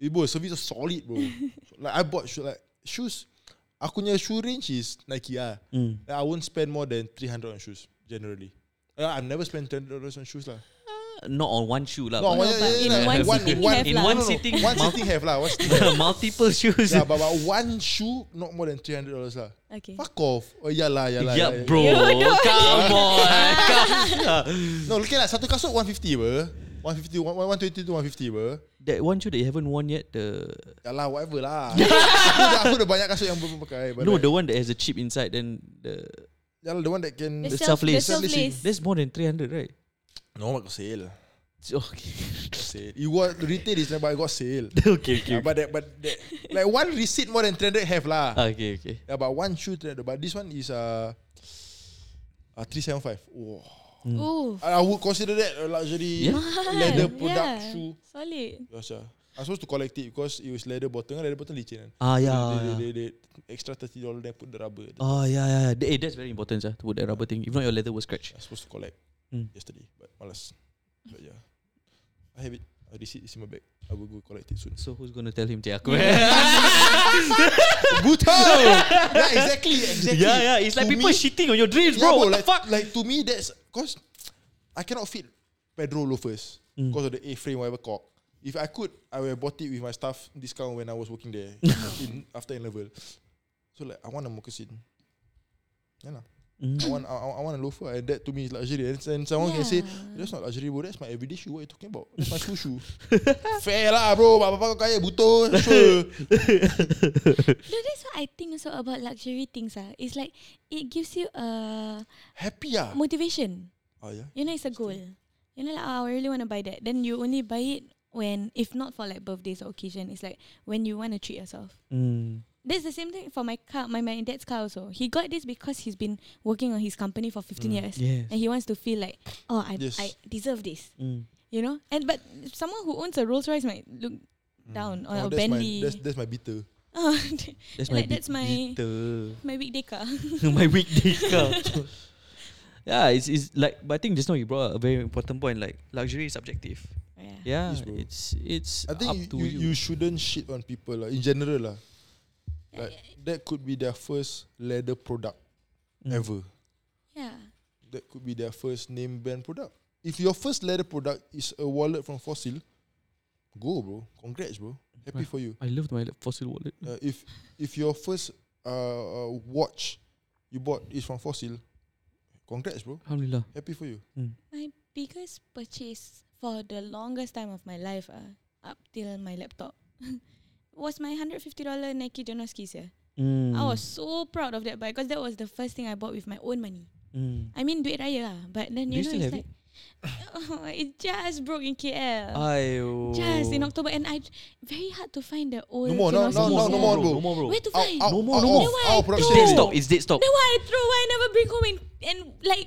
[SPEAKER 4] Eh, bro, service is solid,
[SPEAKER 3] *laughs*
[SPEAKER 4] bro. like I bought shoes, like shoes. Aku punya shoe range is Nike ah.
[SPEAKER 2] Mm.
[SPEAKER 4] Like, I won't spend more than 300 on shoes generally. Uh, I've never spent 10 dollars on shoes lah.
[SPEAKER 2] Not on one shoe lah.
[SPEAKER 4] No,
[SPEAKER 2] but-
[SPEAKER 4] one- Oh,
[SPEAKER 3] No,
[SPEAKER 4] yeah,
[SPEAKER 3] but
[SPEAKER 4] yeah,
[SPEAKER 3] in
[SPEAKER 4] yeah,
[SPEAKER 3] one
[SPEAKER 4] yeah. One-
[SPEAKER 3] sitting
[SPEAKER 4] one-
[SPEAKER 3] have
[SPEAKER 2] in
[SPEAKER 3] lah.
[SPEAKER 2] one
[SPEAKER 4] no, no,
[SPEAKER 2] sitting,
[SPEAKER 4] One
[SPEAKER 2] mul-
[SPEAKER 4] sitting have lah. One
[SPEAKER 2] *laughs*
[SPEAKER 4] sitting.
[SPEAKER 2] multiple shoes.
[SPEAKER 4] yeah, but, but one shoe not more than 300 dollars lah.
[SPEAKER 3] Okay.
[SPEAKER 4] Fuck off. Oh yeah lah, yeah lah.
[SPEAKER 2] yeah,
[SPEAKER 4] yeah, yeah.
[SPEAKER 2] bro. Come on.
[SPEAKER 4] No, look at lah. Satu kasut 150 ber. 150, one- one- 120 to 150 ber.
[SPEAKER 2] *laughs* that one shoe that you haven't worn yet, the
[SPEAKER 4] Ya lah, whatever lah. *laughs* aku, dah- aku dah banyak kasut yang belum pakai. but
[SPEAKER 2] no,
[SPEAKER 4] like,
[SPEAKER 2] the one that has a chip inside, then the
[SPEAKER 4] ya lah, the one that can.
[SPEAKER 2] The
[SPEAKER 3] The
[SPEAKER 2] self-lace.
[SPEAKER 3] self-lace. self-lace.
[SPEAKER 2] that's more than three hundred, right?
[SPEAKER 4] No, I got sale.
[SPEAKER 2] It's Okay, *laughs*
[SPEAKER 4] Got sale. You got retail is but I got sale.
[SPEAKER 2] okay, *laughs* okay,
[SPEAKER 4] Yeah, but that, but that, like one receipt more than 300 have lah.
[SPEAKER 2] okay, okay.
[SPEAKER 4] Yeah, but one shoe 300. But this one is uh, uh 375. Wow.
[SPEAKER 3] Ooh.
[SPEAKER 4] I, I would consider that a luxury
[SPEAKER 2] Yeah.
[SPEAKER 4] *laughs* leather product
[SPEAKER 3] yeah.
[SPEAKER 4] shoe.
[SPEAKER 3] Solid.
[SPEAKER 4] Yes, yeah. I supposed to collect it because it was leather bottom. kan, Leather bottom licin kan.
[SPEAKER 2] Ah, yeah,
[SPEAKER 4] They,
[SPEAKER 2] yeah.
[SPEAKER 4] they, they, they extra 30 dollar then put the rubber.
[SPEAKER 2] Oh yeah, yeah, yeah. Th- eh, that's very important, sir, to put that rubber thing. If not, your leather will scratch.
[SPEAKER 4] I supposed to collect
[SPEAKER 2] Mm.
[SPEAKER 4] yesterday, but malas. But yeah, I have it. I receipt is in my bag. I will go collect it soon.
[SPEAKER 2] So who's gonna tell him? Tiago?
[SPEAKER 4] Buto. *laughs* yeah, exactly, exactly.
[SPEAKER 2] *laughs* yeah, yeah. It's like
[SPEAKER 4] To
[SPEAKER 2] people
[SPEAKER 4] me-
[SPEAKER 2] shitting on your dreams,
[SPEAKER 4] Yeah,
[SPEAKER 2] bro. What the
[SPEAKER 4] like,
[SPEAKER 2] fuck?
[SPEAKER 4] Like to me, that's cause I cannot fit Pedro loafers
[SPEAKER 2] Mm.
[SPEAKER 4] because of the A frame whatever cock. If I could, I would have bought it with my staff discount when I was working
[SPEAKER 2] *laughs*
[SPEAKER 4] there in, after N level. So like, I want a moccasin. Yeah, lah.
[SPEAKER 2] Mm.
[SPEAKER 4] I want I, I I want a loafer and that to me is luxury and, and someone can say
[SPEAKER 3] Yeah.
[SPEAKER 4] that's not luxury bro that's my everyday shoe what are you talking about that's my school shoe
[SPEAKER 2] *laughs*
[SPEAKER 4] fair lah bro bapa kau kaya butuh
[SPEAKER 2] *laughs*
[SPEAKER 4] sure
[SPEAKER 3] No, that's what I think also about luxury things. Ah, It's like it gives you a
[SPEAKER 4] happy ah
[SPEAKER 3] motivation.
[SPEAKER 4] oh yeah
[SPEAKER 3] You know, it's a goal. You know, like, oh, I really want to buy that. Then you only buy it when, if not for like birthdays or occasion, it's like when you want to treat yourself.
[SPEAKER 2] Mm.
[SPEAKER 3] That's the same thing for my car, my, my dad's car also. He got this because he's been working on his company for 15 years.
[SPEAKER 2] yes.
[SPEAKER 3] And he wants to feel like, oh, I,
[SPEAKER 4] Yes.
[SPEAKER 3] I deserve this.
[SPEAKER 2] Mm.
[SPEAKER 3] You know? And But someone who owns a Rolls Royce might look down on
[SPEAKER 4] Oh,
[SPEAKER 3] a
[SPEAKER 4] that's my
[SPEAKER 3] Bentley.
[SPEAKER 4] that's that's my bitter
[SPEAKER 3] *laughs* Oh,
[SPEAKER 2] That's my big
[SPEAKER 3] like, that's my
[SPEAKER 2] bitter.
[SPEAKER 3] my weekday
[SPEAKER 4] *laughs*
[SPEAKER 3] car.
[SPEAKER 2] *laughs* my weekday car.
[SPEAKER 3] *laughs*
[SPEAKER 2] yeah, it's, it's like but I think just now you brought up a very important point. Like luxury is subjective.
[SPEAKER 3] yeah.
[SPEAKER 2] Yeah,
[SPEAKER 4] Yes, bro.
[SPEAKER 2] it's it's
[SPEAKER 4] I
[SPEAKER 2] up
[SPEAKER 4] think
[SPEAKER 2] to
[SPEAKER 4] you, you, you shouldn't shit on people lah, in general lah. Like that could be their first leather product
[SPEAKER 2] Mm.
[SPEAKER 4] ever.
[SPEAKER 3] Yeah.
[SPEAKER 4] That could be their first name brand product. If your first leather product is a wallet from Fossil, go bro. Congrats bro.
[SPEAKER 2] Right.
[SPEAKER 4] Happy for you.
[SPEAKER 2] I loved my fossil wallet.
[SPEAKER 4] Uh, if if your first uh, uh, watch you bought is from Fossil, congrats bro.
[SPEAKER 2] Alhamdulillah.
[SPEAKER 4] Happy for you.
[SPEAKER 3] My biggest purchase for the longest time of my life, uh, up till my laptop, *laughs* was my $150 Nike Donoskis. Yeah.
[SPEAKER 2] Mm,
[SPEAKER 3] I
[SPEAKER 2] Hmm.
[SPEAKER 3] was so proud of that bike because that was the first thing I bought with my own money.
[SPEAKER 2] Mm.
[SPEAKER 3] I mean, duit raya lah. But then,
[SPEAKER 2] Do you
[SPEAKER 3] you, know,
[SPEAKER 2] still
[SPEAKER 3] it's
[SPEAKER 2] have
[SPEAKER 3] like, *laughs* oh, it just broke in KL.
[SPEAKER 2] Oh. Ayo.
[SPEAKER 3] just in October. And I, very hard to find the old
[SPEAKER 4] No more, no,
[SPEAKER 3] Donoskis,
[SPEAKER 4] no, no, no
[SPEAKER 3] yeah.
[SPEAKER 4] more,
[SPEAKER 2] bro.
[SPEAKER 4] bro.
[SPEAKER 2] No more, bro.
[SPEAKER 3] Where to
[SPEAKER 4] Out,
[SPEAKER 3] find?
[SPEAKER 4] out,
[SPEAKER 2] No more,
[SPEAKER 4] out
[SPEAKER 2] no more.
[SPEAKER 4] of
[SPEAKER 3] Then why
[SPEAKER 4] our
[SPEAKER 3] I
[SPEAKER 2] It's
[SPEAKER 4] production
[SPEAKER 2] dead
[SPEAKER 3] throw?
[SPEAKER 2] stock. It's dead stock.
[SPEAKER 3] Then why I throw? Why I never bring home and, and like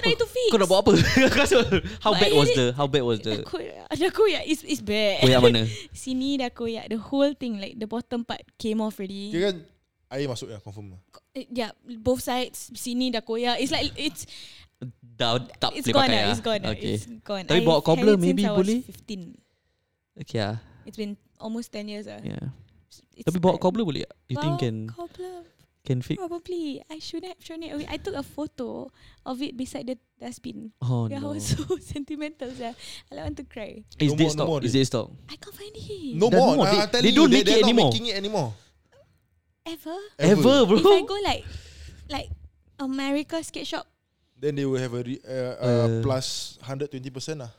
[SPEAKER 3] try to fix?
[SPEAKER 2] Kau nak buat apa? *laughs* Kau rasa- how
[SPEAKER 3] But
[SPEAKER 2] bad
[SPEAKER 3] I
[SPEAKER 2] was
[SPEAKER 3] did-
[SPEAKER 2] the how bad was
[SPEAKER 3] Dah *laughs*
[SPEAKER 2] the
[SPEAKER 3] koyak, dah koyak. It's, it's bad.
[SPEAKER 2] koyak mana?
[SPEAKER 3] *laughs* Sini dah koyak. The whole thing, like the bottom part came off already.
[SPEAKER 4] Kira kan air masuk ya confirm. lah.
[SPEAKER 3] Eh, Yeah, both sides. Sini dah koyak. It's like it's
[SPEAKER 2] Dah tak
[SPEAKER 3] it's
[SPEAKER 2] boleh
[SPEAKER 3] gone.
[SPEAKER 2] pakai
[SPEAKER 3] lah,
[SPEAKER 2] ah.
[SPEAKER 3] It's gone. lah,
[SPEAKER 2] Okay.
[SPEAKER 3] It's gone.
[SPEAKER 2] Tapi bawa
[SPEAKER 3] I've
[SPEAKER 2] cobbler
[SPEAKER 3] had it
[SPEAKER 2] maybe
[SPEAKER 3] since I was
[SPEAKER 2] boleh?
[SPEAKER 3] 15.
[SPEAKER 2] Okay ah.
[SPEAKER 3] It's been almost 10 years. ah.
[SPEAKER 2] Yeah.
[SPEAKER 3] It's
[SPEAKER 2] Tapi bawa
[SPEAKER 3] bad.
[SPEAKER 2] cobbler boleh tak? You think
[SPEAKER 3] Bawa
[SPEAKER 2] can
[SPEAKER 3] cobbler
[SPEAKER 2] can fix?
[SPEAKER 3] probably. I should have shown it away. I took a photo of it beside the dustbin.
[SPEAKER 2] Oh
[SPEAKER 3] yeah, I
[SPEAKER 2] no.
[SPEAKER 3] was *laughs* so sentimental. Yeah. I want to cry.
[SPEAKER 2] Is dead
[SPEAKER 4] No more, no
[SPEAKER 2] stock?
[SPEAKER 4] more
[SPEAKER 2] Is
[SPEAKER 4] already.
[SPEAKER 2] dead stock?
[SPEAKER 3] I can't find it.
[SPEAKER 4] No
[SPEAKER 2] Dah
[SPEAKER 4] more.
[SPEAKER 2] no more.
[SPEAKER 4] Nah,
[SPEAKER 2] They-
[SPEAKER 4] I'm telling
[SPEAKER 2] they
[SPEAKER 4] you,
[SPEAKER 2] don't make
[SPEAKER 4] they're
[SPEAKER 2] it
[SPEAKER 4] not
[SPEAKER 2] anymore.
[SPEAKER 4] making it anymore.
[SPEAKER 2] *laughs*
[SPEAKER 3] Ever.
[SPEAKER 2] Ever,
[SPEAKER 3] If
[SPEAKER 2] bro.
[SPEAKER 3] I go like like America skate shop,
[SPEAKER 4] Then they will have a re, uh, uh,
[SPEAKER 2] Uh.
[SPEAKER 4] plus 120 percent lah.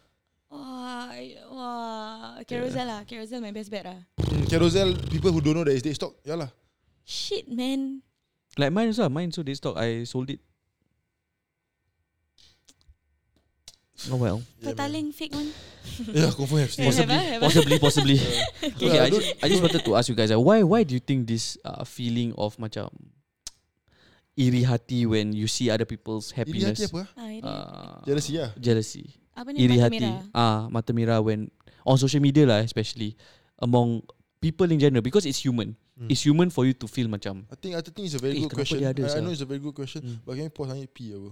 [SPEAKER 3] wah, wah, Carousel lah. Carousel my best bet lah.
[SPEAKER 4] Mm, Carousel, people who don't know that it's dead stock, yeah lah.
[SPEAKER 3] Shit, man.
[SPEAKER 2] Like mine also, ah, mine so they stock. I sold it. Oh
[SPEAKER 3] *laughs*
[SPEAKER 2] well,
[SPEAKER 4] Yeah,
[SPEAKER 3] Yeah, Petaling fake one.
[SPEAKER 4] *laughs* Yeah, confirm have.
[SPEAKER 3] Yeah,
[SPEAKER 4] seen.
[SPEAKER 3] have, ah, have, ah.
[SPEAKER 2] possibly,
[SPEAKER 3] *laughs*
[SPEAKER 2] possibly. okay,
[SPEAKER 4] Yeah,
[SPEAKER 2] I,
[SPEAKER 4] don't-
[SPEAKER 2] uh, just, I just wanted to ask you guys, ah, why, why do you think this uh, feeling of macam iri hati when you see other people's
[SPEAKER 4] Iri
[SPEAKER 2] happiness.
[SPEAKER 4] hati apa? eh?
[SPEAKER 3] Ah, ini.
[SPEAKER 2] Uh,
[SPEAKER 4] Jealousy lah.
[SPEAKER 2] Jealousy.
[SPEAKER 3] apa ni?
[SPEAKER 2] Iri
[SPEAKER 3] mata
[SPEAKER 2] hati.
[SPEAKER 3] merah?
[SPEAKER 2] Ah, mata merah when on social media lah especially among people in general because it's human.
[SPEAKER 4] Hmm.
[SPEAKER 2] It's human for you to feel macam
[SPEAKER 4] I think I think it's a very
[SPEAKER 2] Eh,
[SPEAKER 4] good
[SPEAKER 2] kenapa
[SPEAKER 4] question.
[SPEAKER 2] dia ada Hmm.
[SPEAKER 4] I, I
[SPEAKER 2] sia?
[SPEAKER 4] know it's a very good question, but can you pause on P ya, apa?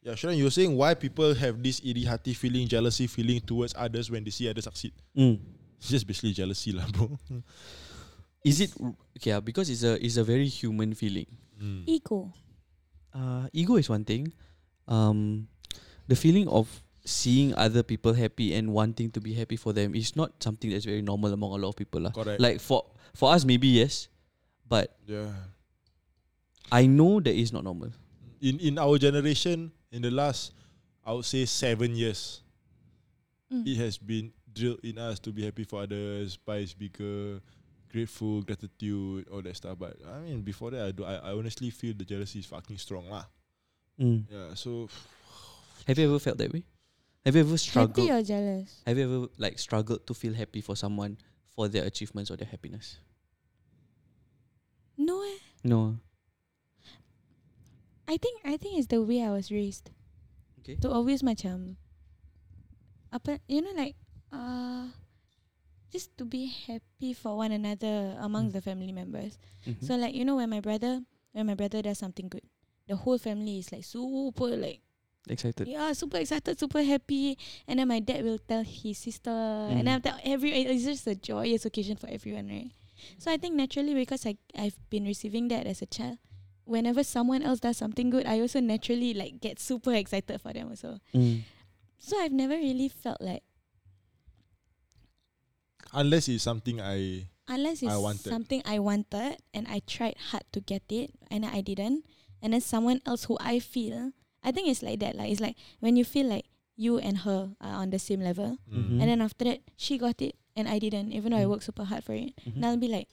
[SPEAKER 4] Yeah, Sharon, you were saying why people have this iri hati feeling, jealousy feeling towards others when they see others succeed.
[SPEAKER 2] mm.
[SPEAKER 4] It's just basically jealousy lah, bro.
[SPEAKER 2] is it okay ah, because it's a it's a very human feeling. Hmm.
[SPEAKER 3] Ego.
[SPEAKER 2] uh, ego is one thing. Um, the feeling of seeing other people happy and wanting to be happy for them is not something that's very normal among a lot of people. lah.
[SPEAKER 4] Correct.
[SPEAKER 2] Like for for us maybe yes, but
[SPEAKER 4] Yeah.
[SPEAKER 2] I know that is not normal.
[SPEAKER 4] In in our generation, in the last, I would say seven years,
[SPEAKER 3] Mm.
[SPEAKER 4] it has been drilled in us to be happy for others, pie is bigger, grateful, gratitude, all that stuff. But I mean, before that, I do, I, I honestly feel the jealousy is fucking strong lah.
[SPEAKER 2] Mm.
[SPEAKER 4] Yeah. So
[SPEAKER 2] Have you ever felt that way? Have you ever struggled?
[SPEAKER 3] Happy or jealous?
[SPEAKER 2] Have you ever like struggled to feel happy for someone for their achievements or their happiness?
[SPEAKER 3] No eh.
[SPEAKER 2] No.
[SPEAKER 3] I think I think it's the way I was raised.
[SPEAKER 2] Okay.
[SPEAKER 3] To always macam apa you know like uh just to be happy for one another among the family members.
[SPEAKER 2] Mhm.
[SPEAKER 3] So like you know when my brother when my brother does something good, the whole family is like super like
[SPEAKER 2] Excited.
[SPEAKER 3] Yeah, super excited, super happy. And then my dad will tell his sister,
[SPEAKER 4] Mm.
[SPEAKER 3] and then after every it's just a joyous occasion for everyone, right? So I think naturally because I I've been receiving that as a child, whenever someone else does something good, I also naturally like get super excited for them also.
[SPEAKER 2] Mm.
[SPEAKER 3] So I've never really felt like
[SPEAKER 4] unless it's something I
[SPEAKER 3] unless it's
[SPEAKER 4] I wanted.
[SPEAKER 3] something I wanted and I tried hard to get it and I didn't, and then someone else who I feel, I think it's like that. Like it's like when you feel like you and her are on the same level.
[SPEAKER 4] mm.
[SPEAKER 2] Mhm.
[SPEAKER 3] And then after that, she got it and I didn't, even though I
[SPEAKER 2] Mm.
[SPEAKER 3] worked super hard for it.
[SPEAKER 2] Mhm.
[SPEAKER 3] And I'll be like,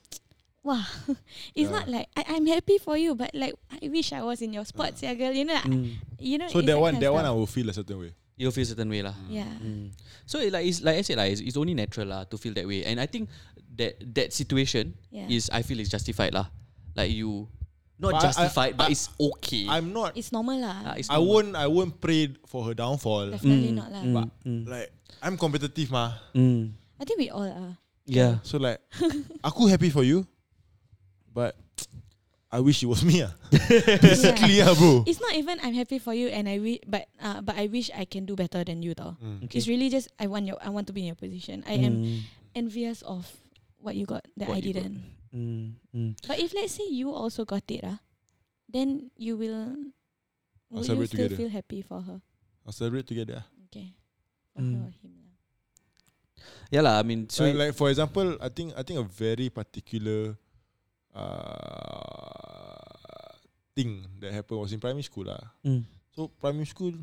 [SPEAKER 3] wow, *laughs* it's
[SPEAKER 4] Yeah.
[SPEAKER 3] not like I, I'm happy for you, but like I wish I was in your spot, yeah, girl. You know, I-
[SPEAKER 2] Mm.
[SPEAKER 3] you know.
[SPEAKER 4] So
[SPEAKER 3] it's
[SPEAKER 4] that one,
[SPEAKER 3] kind
[SPEAKER 4] that
[SPEAKER 3] of
[SPEAKER 4] one, I
[SPEAKER 3] stuff.
[SPEAKER 4] will feel a certain way.
[SPEAKER 2] You'll feel certain way lah.
[SPEAKER 3] Yeah.
[SPEAKER 2] Mm. So it, like it's like I said like it's, it's only natural lah to feel that way, and I think that that situation
[SPEAKER 3] Yeah.
[SPEAKER 2] is I feel is justified lah. Like you, not
[SPEAKER 4] But I- I-
[SPEAKER 2] justified, but
[SPEAKER 4] I-
[SPEAKER 2] it's okay.
[SPEAKER 4] I'm not.
[SPEAKER 3] It's normal lah.
[SPEAKER 2] Ah, it's
[SPEAKER 4] I
[SPEAKER 2] normal.
[SPEAKER 4] won't. I won't pray for her downfall.
[SPEAKER 3] Definitely not lah.
[SPEAKER 2] Mm, mm,
[SPEAKER 4] Like I'm competitive, ma.
[SPEAKER 2] mm.
[SPEAKER 3] I think we all are.
[SPEAKER 2] Yeah.
[SPEAKER 4] So like, *laughs* aku happy for you, but I wish it was me, ah. Basically, ah, bro.
[SPEAKER 3] It's not even I'm happy for you and I wish, but uh, but I wish I can do better than you though.
[SPEAKER 4] Mm.
[SPEAKER 2] Okay.
[SPEAKER 3] It's really just I want your I want to be in your position. I am
[SPEAKER 2] Mm,
[SPEAKER 3] envious of what you got that
[SPEAKER 2] What
[SPEAKER 3] I
[SPEAKER 2] you got.
[SPEAKER 3] didn't.
[SPEAKER 2] mm, mm.
[SPEAKER 3] But if let's say you also got it, ah, then you will
[SPEAKER 4] I'll
[SPEAKER 3] will you
[SPEAKER 4] celebrate
[SPEAKER 3] still
[SPEAKER 4] together.
[SPEAKER 3] feel happy for her.
[SPEAKER 4] I'll celebrate together. ah.
[SPEAKER 3] Okay. For
[SPEAKER 2] Mm.
[SPEAKER 3] her or him lah.
[SPEAKER 2] Yeah lah. I mean, so
[SPEAKER 4] like, like for example, I think I think a very particular uh, thing that happened was in primary school, lah.
[SPEAKER 2] Mm,
[SPEAKER 4] So primary school.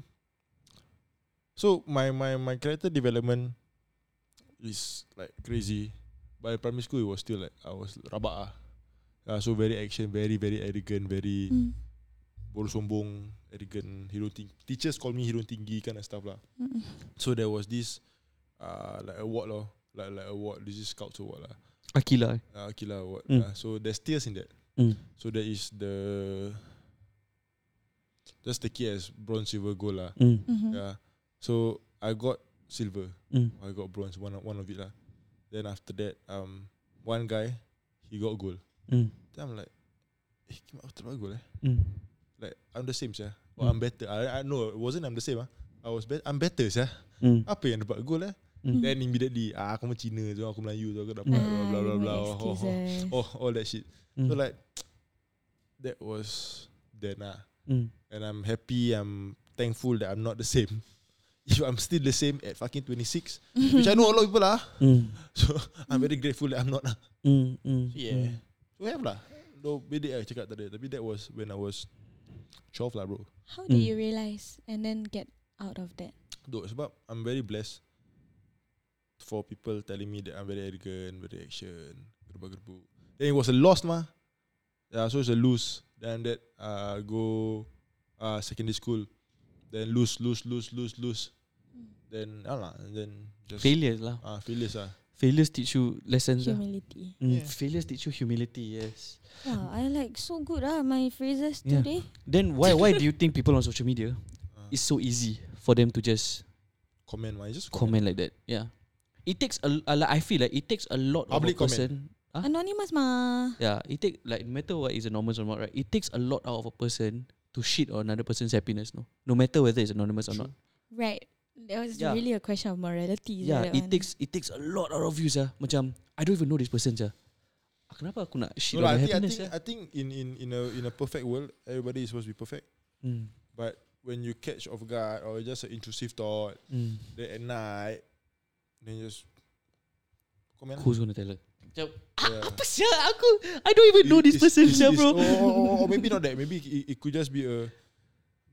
[SPEAKER 4] So my my my character development is like crazy. But in primary school it was still like I was rabak ah. Uh, so very action, very very arrogant, very
[SPEAKER 3] Mm.
[SPEAKER 4] bodoh sombong, arrogant, hero tinggi. Teachers call me hero tinggi kind of stuff lah.
[SPEAKER 3] Mm-mm.
[SPEAKER 4] So there was this uh like award loh, like like award, this is scouts award lah.
[SPEAKER 2] Akila.
[SPEAKER 4] Uh, Akila award.
[SPEAKER 2] Mm.
[SPEAKER 4] Uh, so there's tears in that.
[SPEAKER 2] Mm.
[SPEAKER 4] So there is the just take it as bronze, silver, gold lah.
[SPEAKER 2] Mm,
[SPEAKER 3] Mhm.
[SPEAKER 4] Yeah. So I got silver.
[SPEAKER 2] mm,
[SPEAKER 4] I got bronze. One of- one of it lah. Then after that, um, one guy, he got gold.
[SPEAKER 2] mm,
[SPEAKER 4] Then I'm like, he came out after my gold eh.
[SPEAKER 2] mm.
[SPEAKER 4] Like I'm the same sah. Or I'm better. I I no, it wasn't. I'm the same ah. I was better. I'm better sah.
[SPEAKER 2] Mm.
[SPEAKER 4] Apa yang dapat gold eh?
[SPEAKER 2] Mm.
[SPEAKER 4] Then immediately, ah aku mau Cina tu, aku Melayu tu, aku dapat blah
[SPEAKER 3] Ah,
[SPEAKER 4] blah blah
[SPEAKER 3] you
[SPEAKER 4] blah.
[SPEAKER 3] make
[SPEAKER 4] Oh, oh, oh,
[SPEAKER 3] excuses.
[SPEAKER 4] oh, all that shit.
[SPEAKER 2] Mm.
[SPEAKER 4] So like, that was then ah.
[SPEAKER 2] mm.
[SPEAKER 4] and I'm happy. I'm thankful that I'm not the same. *laughs* If I'm still the same at fucking 26, *laughs*
[SPEAKER 3] Hmm.
[SPEAKER 4] which I know a lot of people are, *laughs*
[SPEAKER 2] Mm.
[SPEAKER 4] so I'm very grateful that I'm not. lah.
[SPEAKER 2] Mm. Mm.
[SPEAKER 4] Yeah, we have lah. Though uh, bedek I cakap tadi, tapi that was when I was 12 lah, bro.
[SPEAKER 3] *laughs* How do
[SPEAKER 2] Mm.
[SPEAKER 3] you realize and then get out of that?
[SPEAKER 4] Though sebab I'm very blessed for people telling me that I'm very arrogant, very action, gerbu-gerbu. Then it was a loss mah. Yeah, so it's a lose. Then that uh, go uh, secondary school, then lose, lose, lose, lose, lose. Then alah, and then just
[SPEAKER 2] Failures lah.
[SPEAKER 4] Ah, failures ah.
[SPEAKER 2] Failures teach you lessons. ah.
[SPEAKER 3] Humility.
[SPEAKER 2] Mm,
[SPEAKER 4] Yeah.
[SPEAKER 2] Failures teach you humility. Yes.
[SPEAKER 3] Wow, I like so good ah my phrases
[SPEAKER 2] Yeah.
[SPEAKER 3] today.
[SPEAKER 2] Then why why do you think people on social media
[SPEAKER 4] Ah.
[SPEAKER 2] it's so easy for them to just
[SPEAKER 4] Comment, man. Just
[SPEAKER 2] comment
[SPEAKER 4] comment.
[SPEAKER 2] like that? Yeah. It takes a, a lot- I feel like it takes a lot
[SPEAKER 4] Public
[SPEAKER 2] of a
[SPEAKER 4] comment.
[SPEAKER 2] person. Huh?
[SPEAKER 3] Anonymous ma.
[SPEAKER 2] Yeah, it take like no matter what is anonymous or not, right? It takes a lot out of a person to shit on another person's happiness, no? No matter whether it's anonymous or not.
[SPEAKER 4] True.
[SPEAKER 3] Right. That was
[SPEAKER 2] Yeah.
[SPEAKER 3] really a question of morality. is
[SPEAKER 2] Yeah,
[SPEAKER 3] that
[SPEAKER 2] it
[SPEAKER 3] one?
[SPEAKER 2] takes it takes a lot out of you, sah. Macam I don't even know this person, sah. Ah, Kenapa aku nak shit on
[SPEAKER 4] No, lah, I
[SPEAKER 2] their
[SPEAKER 4] think, I
[SPEAKER 2] happiness?
[SPEAKER 4] think, I think in, in, in, a, in a perfect world, everybody is supposed to be perfect.
[SPEAKER 2] yeah? Mm,
[SPEAKER 4] But when you catch off guard or just an intrusive thought,
[SPEAKER 2] mm.
[SPEAKER 4] then at night, then just comment.
[SPEAKER 2] Who's gonna tell her?
[SPEAKER 4] Yeah.
[SPEAKER 2] Apa sia aku? I don't even know this
[SPEAKER 4] It's-
[SPEAKER 2] person,
[SPEAKER 4] it's- oh,
[SPEAKER 2] sia,
[SPEAKER 4] it's-
[SPEAKER 2] bro.
[SPEAKER 4] Or, or, or- or maybe not that. Maybe it, it could just be a.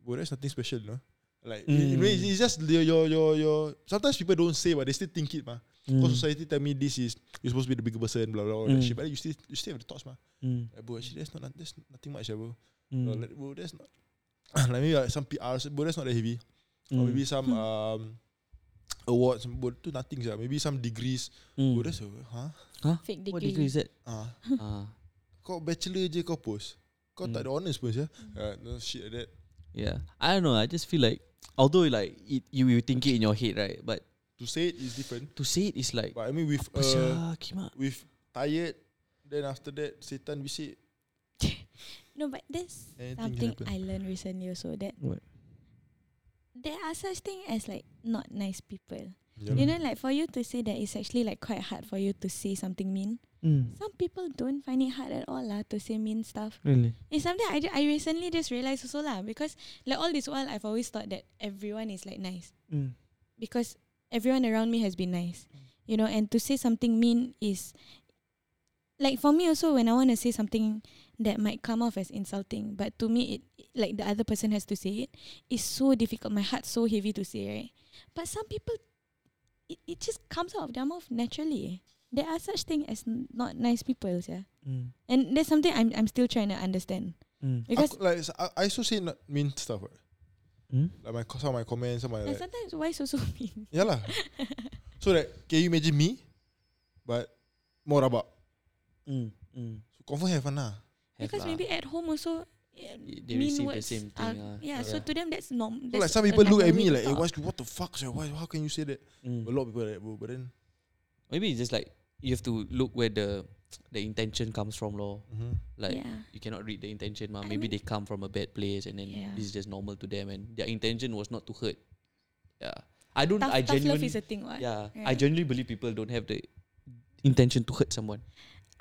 [SPEAKER 4] Well, that's nothing special, no. Like it- it-
[SPEAKER 2] Mm.
[SPEAKER 4] it's, it's just your, your your your. Sometimes people don't say, but they still think it, ma.
[SPEAKER 2] Mm,
[SPEAKER 4] Because society tell me this is you're supposed to be the bigger person, blah blah, blah all that
[SPEAKER 2] Mm.
[SPEAKER 4] shit. But then you still you still have the thoughts, ma.
[SPEAKER 2] mm,
[SPEAKER 4] Like, bro, actually that's not that's nothing much, eh, bro.
[SPEAKER 2] mm,
[SPEAKER 4] Or like, bro, that's not. *coughs* like maybe like some PRs, bro, that's not that heavy.
[SPEAKER 2] mm,
[SPEAKER 4] Or maybe some um awards, bro, to nothing, yeah. Maybe some degrees,
[SPEAKER 2] mm.
[SPEAKER 3] Hmm.
[SPEAKER 4] bro, that's a, huh?
[SPEAKER 3] fake
[SPEAKER 2] What degree
[SPEAKER 3] degree. *laughs*
[SPEAKER 2] is that?
[SPEAKER 4] Ah,
[SPEAKER 2] Ah,
[SPEAKER 4] kau bachelor je kau post. Kau
[SPEAKER 2] Mm.
[SPEAKER 4] tak
[SPEAKER 3] Hmm.
[SPEAKER 4] ada honours pun, yeah. Uh, no shit like that.
[SPEAKER 2] yeah. I don't know. I just feel like although like it, you you think it in your head, right? But
[SPEAKER 4] To say it is different,
[SPEAKER 2] to say it is like
[SPEAKER 4] but I mean with
[SPEAKER 2] apa sia,
[SPEAKER 4] uh,
[SPEAKER 2] kimak.
[SPEAKER 4] with tired, then after that setan bisik.
[SPEAKER 3] No, but that's
[SPEAKER 4] Anything can
[SPEAKER 3] something
[SPEAKER 4] happen.
[SPEAKER 3] I learned recently also that
[SPEAKER 2] What?
[SPEAKER 3] there are such thing as like not nice people. You
[SPEAKER 4] Jalan.
[SPEAKER 3] know, like for you to say that it's actually like quite hard for you to say something mean.
[SPEAKER 2] Mm,
[SPEAKER 3] Some people don't find it hard at all lah to say mean stuff.
[SPEAKER 2] really?
[SPEAKER 3] It's something I, ju- I recently just realized also lah because like all this while I've always thought that everyone is like nice
[SPEAKER 2] Mm,
[SPEAKER 3] because everyone around me has been nice, you know. And to say something mean is like for me also when I want to say something that might come off as insulting, but to me it it- like the other person has to say it is so difficult. My heart's so heavy to say, right? But some people, it, it just comes out of their mouth naturally. There are such thing as n- not nice people, yeah.
[SPEAKER 2] mm,
[SPEAKER 3] And that's something I'm I'm still trying to understand.
[SPEAKER 2] mm.
[SPEAKER 3] Because
[SPEAKER 4] Aku, like I, I also say not mean stuff. Right?
[SPEAKER 3] Hmm?
[SPEAKER 2] Mm?
[SPEAKER 4] Like my some of my comments, some of my
[SPEAKER 3] like,
[SPEAKER 4] like,
[SPEAKER 3] sometimes why so so mean?
[SPEAKER 4] yeah
[SPEAKER 3] *laughs*
[SPEAKER 4] lah. So like, can you imagine me, but more rabak.
[SPEAKER 2] Mm, mm.
[SPEAKER 4] So confirm have one lah.
[SPEAKER 2] Have
[SPEAKER 3] because
[SPEAKER 2] lah.
[SPEAKER 3] maybe at home also eh,
[SPEAKER 2] They
[SPEAKER 3] mean
[SPEAKER 2] receive the
[SPEAKER 3] words
[SPEAKER 2] same
[SPEAKER 3] are-
[SPEAKER 2] thing, ah.
[SPEAKER 3] yeah, so
[SPEAKER 4] Yeah.
[SPEAKER 3] to them that's normal.
[SPEAKER 4] So like some people look at me like, hey, what's, what the fuck, sir? Why, how can you say that?
[SPEAKER 2] Mm.
[SPEAKER 4] A lot of people like, bro, but then
[SPEAKER 2] Maybe it's just like you have to look where the the intention comes from, lor.
[SPEAKER 4] mm-hmm.
[SPEAKER 2] Like
[SPEAKER 3] yeah.
[SPEAKER 2] you cannot read the intention, ma.
[SPEAKER 3] I
[SPEAKER 2] Maybe
[SPEAKER 3] mean-
[SPEAKER 2] they come from a bad place, and then
[SPEAKER 3] Yeah.
[SPEAKER 2] this is just normal to them, and their intention was not to hurt. Yeah, I don't.
[SPEAKER 3] Tough,
[SPEAKER 2] I
[SPEAKER 3] tough love
[SPEAKER 2] genuinely.
[SPEAKER 3] is a thing, what?
[SPEAKER 2] yeah, I
[SPEAKER 3] right?
[SPEAKER 2] genuinely believe people don't have the intention to hurt someone.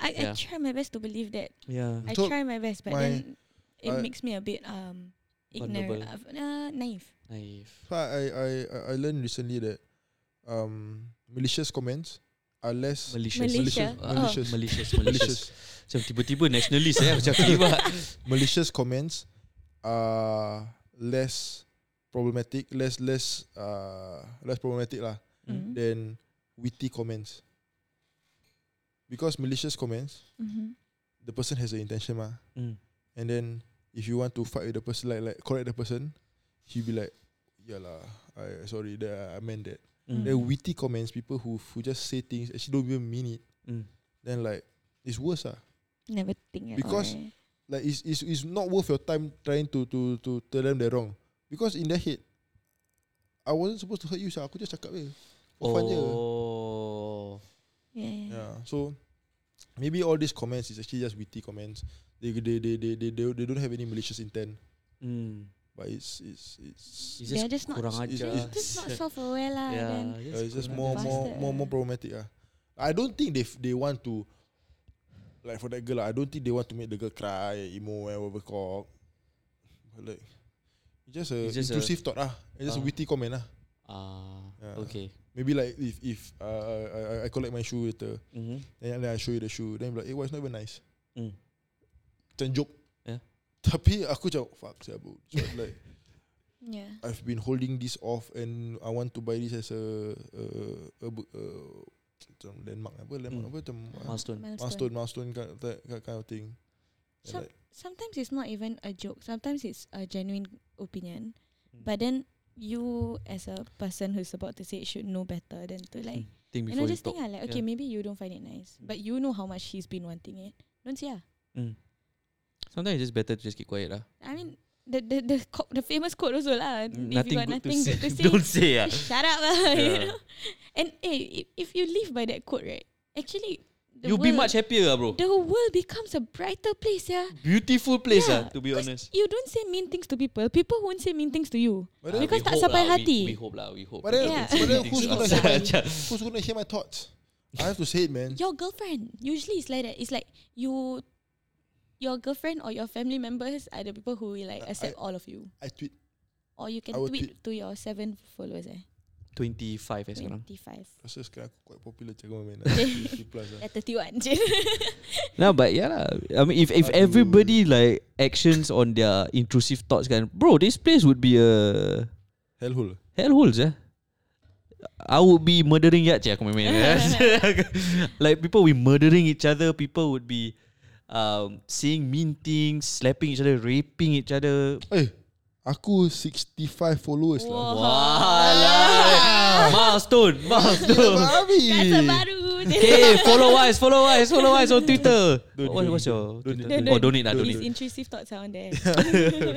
[SPEAKER 3] I, I
[SPEAKER 2] Yeah.
[SPEAKER 3] try my best to believe that.
[SPEAKER 2] Yeah.
[SPEAKER 3] I
[SPEAKER 4] So,
[SPEAKER 3] try my best, but
[SPEAKER 4] my-
[SPEAKER 3] then it
[SPEAKER 4] I-
[SPEAKER 3] makes me a bit um ignorant,
[SPEAKER 2] Vulnerable.
[SPEAKER 3] of- uh, naive.
[SPEAKER 2] Naive.
[SPEAKER 4] so I, I, I- I, I learned recently that um, malicious comments are less
[SPEAKER 2] Malicious.
[SPEAKER 3] Malaysia.
[SPEAKER 2] Ah,
[SPEAKER 4] Malicious.
[SPEAKER 2] Malicious. Malicious.
[SPEAKER 4] malicious.
[SPEAKER 2] Macam tiba-tiba nationalist eh. *laughs* Macam tiba
[SPEAKER 4] malicious comments are less problematic, less less uh, less problematic lah
[SPEAKER 3] Mm-hmm.
[SPEAKER 2] Mm.
[SPEAKER 4] than witty comments. Because malicious comments,
[SPEAKER 3] Mm-hmm.
[SPEAKER 4] the person has an intention mah.
[SPEAKER 2] Mm.
[SPEAKER 4] And then if you want to fight with the person, like like correct the person, he'll be like, yeah lah, I sorry, that I meant that.
[SPEAKER 2] Mm.
[SPEAKER 4] Then witty comments, people who who just say things actually don't even mean it.
[SPEAKER 2] Mm.
[SPEAKER 4] Then like it's worse ah.
[SPEAKER 3] Never think at
[SPEAKER 4] Because-
[SPEAKER 3] all. right?
[SPEAKER 4] Like it's, it's it's not worth your time trying to to to tell them they're wrong because in their head, I wasn't supposed to hurt you, so aku just cakap je. For fun je.
[SPEAKER 2] Oh.
[SPEAKER 3] Yeah. yeah.
[SPEAKER 4] Yeah. So maybe all these comments is actually just witty comments. They they they they they, they, they don't have any malicious intent,
[SPEAKER 2] Mm.
[SPEAKER 4] but it's it's it's
[SPEAKER 2] It's
[SPEAKER 3] They're just not-
[SPEAKER 2] kurang
[SPEAKER 4] It's-
[SPEAKER 2] ajar.
[SPEAKER 4] it's
[SPEAKER 3] Just not self-aware lah.
[SPEAKER 2] yeah,
[SPEAKER 3] Then
[SPEAKER 4] Uh, it's just
[SPEAKER 2] kurang
[SPEAKER 4] more
[SPEAKER 2] ajar.
[SPEAKER 4] more
[SPEAKER 3] Faster.
[SPEAKER 4] more more problematic. Ah, I don't think they f- they want to like for that girl. ah, I don't think they want to make the girl cry, emo, and whatever. cock. But like, it's just a
[SPEAKER 2] It's just
[SPEAKER 4] intrusive thought. Ah, it's just a
[SPEAKER 2] Ah.
[SPEAKER 4] witty comment. Ah,
[SPEAKER 2] Ah,
[SPEAKER 4] Yeah.
[SPEAKER 2] okay.
[SPEAKER 4] maybe like if if uh, I, I- I collect my shoe later,
[SPEAKER 2] Mm-hmm.
[SPEAKER 4] and then I show you the shoe, then you be like, eh, why it's not even nice.
[SPEAKER 2] Mm.
[SPEAKER 4] Macam joke.
[SPEAKER 2] Yeah.
[SPEAKER 4] Tapi aku macam fuck saya bro. So, like
[SPEAKER 3] yeah.
[SPEAKER 4] I've been holding this off and I want to buy this as a a, a, bu- a macam landmark apa landmark
[SPEAKER 2] Mm.
[SPEAKER 4] apa macam ah,
[SPEAKER 2] Milestone.
[SPEAKER 4] milestone milestone kind of, kind of thing. And
[SPEAKER 3] Some-
[SPEAKER 4] like,
[SPEAKER 3] sometimes it's not even a joke. Sometimes it's a genuine opinion.
[SPEAKER 2] Mm.
[SPEAKER 3] But then you as a person who's about to say it should know better than to like
[SPEAKER 2] Think
[SPEAKER 3] And
[SPEAKER 2] before
[SPEAKER 3] I
[SPEAKER 2] you
[SPEAKER 3] just
[SPEAKER 2] talk.
[SPEAKER 3] think ah, like, okay, maybe you don't find it nice, but you know how much he's been wanting it. Don't see ah.
[SPEAKER 2] Mm. Sometimes it's just better to just keep quiet lah.
[SPEAKER 3] I mean, the the the, co- the famous quote also lah. if you
[SPEAKER 2] Nothing
[SPEAKER 3] got
[SPEAKER 2] good
[SPEAKER 3] nothing
[SPEAKER 2] to *laughs*
[SPEAKER 3] good to
[SPEAKER 2] say.
[SPEAKER 3] say,
[SPEAKER 2] Don't say ah.
[SPEAKER 3] just *laughs* shut up lah. You
[SPEAKER 2] Yeah.
[SPEAKER 3] know? And hey, if, if you live by that quote, right? Actually, the
[SPEAKER 2] You'll be
[SPEAKER 3] world-
[SPEAKER 2] much happier lah, bro.
[SPEAKER 3] The world becomes a brighter place, yeah.
[SPEAKER 2] Beautiful place
[SPEAKER 3] Yeah,
[SPEAKER 2] ah, to be
[SPEAKER 3] 'cause
[SPEAKER 2] honest.
[SPEAKER 3] You don't say mean things to people. People won't say mean things to you.
[SPEAKER 4] But
[SPEAKER 2] Ah,
[SPEAKER 4] then,
[SPEAKER 3] because
[SPEAKER 2] we
[SPEAKER 3] tak
[SPEAKER 2] hope
[SPEAKER 3] sampai
[SPEAKER 2] lah, we-
[SPEAKER 3] hati.
[SPEAKER 2] We hope lah, we hope.
[SPEAKER 4] but then,
[SPEAKER 3] Yeah.
[SPEAKER 4] but then
[SPEAKER 2] Things *laughs*
[SPEAKER 4] who's gonna
[SPEAKER 2] outside.
[SPEAKER 4] hear my, who's gonna hear my thoughts? I have to say
[SPEAKER 2] Mm.
[SPEAKER 4] it, man.
[SPEAKER 3] Your girlfriend usually it's like that. It's like you, your girlfriend or your family members are the people who will like
[SPEAKER 2] Uh,
[SPEAKER 4] I-
[SPEAKER 3] accept
[SPEAKER 4] I-
[SPEAKER 3] all of you.
[SPEAKER 4] I tweet.
[SPEAKER 3] Or you can
[SPEAKER 4] I will
[SPEAKER 3] tweet, to your seven followers eh.
[SPEAKER 2] 25 eh sekarang.
[SPEAKER 3] Twenty five.
[SPEAKER 4] Rasa sekarang aku quite popular cakap man. uh, *laughs*
[SPEAKER 3] Eh, 31
[SPEAKER 2] *laughs*
[SPEAKER 3] je.
[SPEAKER 4] Eh.
[SPEAKER 2] No, but yeah lah. I mean, if if
[SPEAKER 4] Aduh.
[SPEAKER 2] everybody like actions on their intrusive thoughts, kan, bro, this place would be a
[SPEAKER 4] Hellhole.
[SPEAKER 2] hellhole, yeah. eh? I would be murdering yacht, yeah, come eh?
[SPEAKER 3] *laughs*
[SPEAKER 2] *laughs* Like people would be murdering each other. People would be um, saying mean things, slapping each other, raping each other.
[SPEAKER 4] Hey, aku 65 followers lah. *laughs*
[SPEAKER 3] *laughs*
[SPEAKER 2] Walah, milestone,
[SPEAKER 4] Yeah,
[SPEAKER 2] milestone.
[SPEAKER 4] but Abi.
[SPEAKER 3] Kata baru.
[SPEAKER 2] Okay, follow us, follow us, follow us on Twitter.
[SPEAKER 4] Don't-
[SPEAKER 2] What,
[SPEAKER 4] don't-
[SPEAKER 2] what's your?
[SPEAKER 4] don't-
[SPEAKER 2] Twitter?
[SPEAKER 3] Don't-
[SPEAKER 2] Oh, don't need lah, don't
[SPEAKER 3] His
[SPEAKER 2] need.
[SPEAKER 3] intrusive thoughts are on there.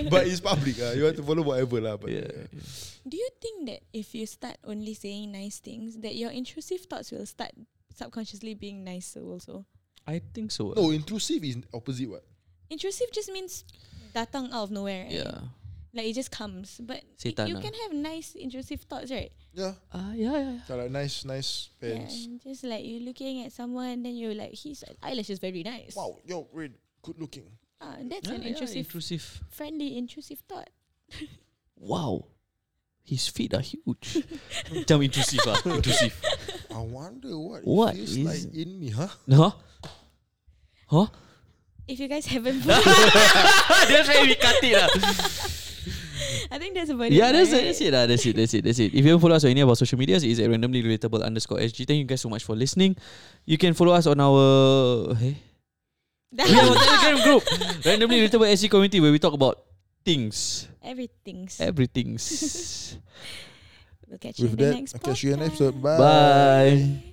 [SPEAKER 4] *laughs* but it's public ah. You want to follow whatever lah. But yeah.
[SPEAKER 3] Do you think that if you start only saying nice things, that your intrusive thoughts will start subconsciously being nicer also?
[SPEAKER 2] I think so.
[SPEAKER 4] No, intrusive is opposite what?
[SPEAKER 3] Intrusive just means datang out of nowhere, right?
[SPEAKER 2] Yeah.
[SPEAKER 3] Like it just comes. But it,
[SPEAKER 2] Setan
[SPEAKER 3] you
[SPEAKER 2] lah.
[SPEAKER 3] can have nice intrusive thoughts, right?
[SPEAKER 4] Yeah.
[SPEAKER 2] Ah, yeah, yeah, yeah.
[SPEAKER 4] So, like nice, nice pants.
[SPEAKER 3] Yeah. Just like you looking at someone, then you're like, his eyelash is very nice.
[SPEAKER 4] Wow, yo, red, good looking.
[SPEAKER 3] Ah, that's
[SPEAKER 2] Yeah,
[SPEAKER 3] an
[SPEAKER 2] yeah,
[SPEAKER 3] intrusive,
[SPEAKER 2] intrusive.
[SPEAKER 3] friendly intrusive thought.
[SPEAKER 2] Wow. His feet are huge. *laughs* Macam intrusive ah. Intrusive.
[SPEAKER 4] I wonder what,
[SPEAKER 2] What
[SPEAKER 4] it feels
[SPEAKER 2] is-
[SPEAKER 4] like in me, huh?
[SPEAKER 2] Huh? Huh?
[SPEAKER 3] If you guys
[SPEAKER 2] *laughs*
[SPEAKER 3] haven't,
[SPEAKER 2] that's why we cut it lah.
[SPEAKER 3] I think that's about it.
[SPEAKER 2] Yeah, that's,
[SPEAKER 3] right?
[SPEAKER 2] that's it lah. That's it, that's it, that's it. If you haven't follow us on any of our social medias, it's at randomly relatable underscore SG. Thank you guys so much for listening. You can follow us on our... Hey? We have a Telegram group. Randomly relatable SG community where we talk about things.
[SPEAKER 3] Everything's.
[SPEAKER 2] Everything's.
[SPEAKER 3] We'll catch you in
[SPEAKER 4] With
[SPEAKER 3] the
[SPEAKER 4] that,
[SPEAKER 3] next
[SPEAKER 4] I'll catch you in the next episode.
[SPEAKER 3] podcast.
[SPEAKER 4] Bye.
[SPEAKER 2] Bye.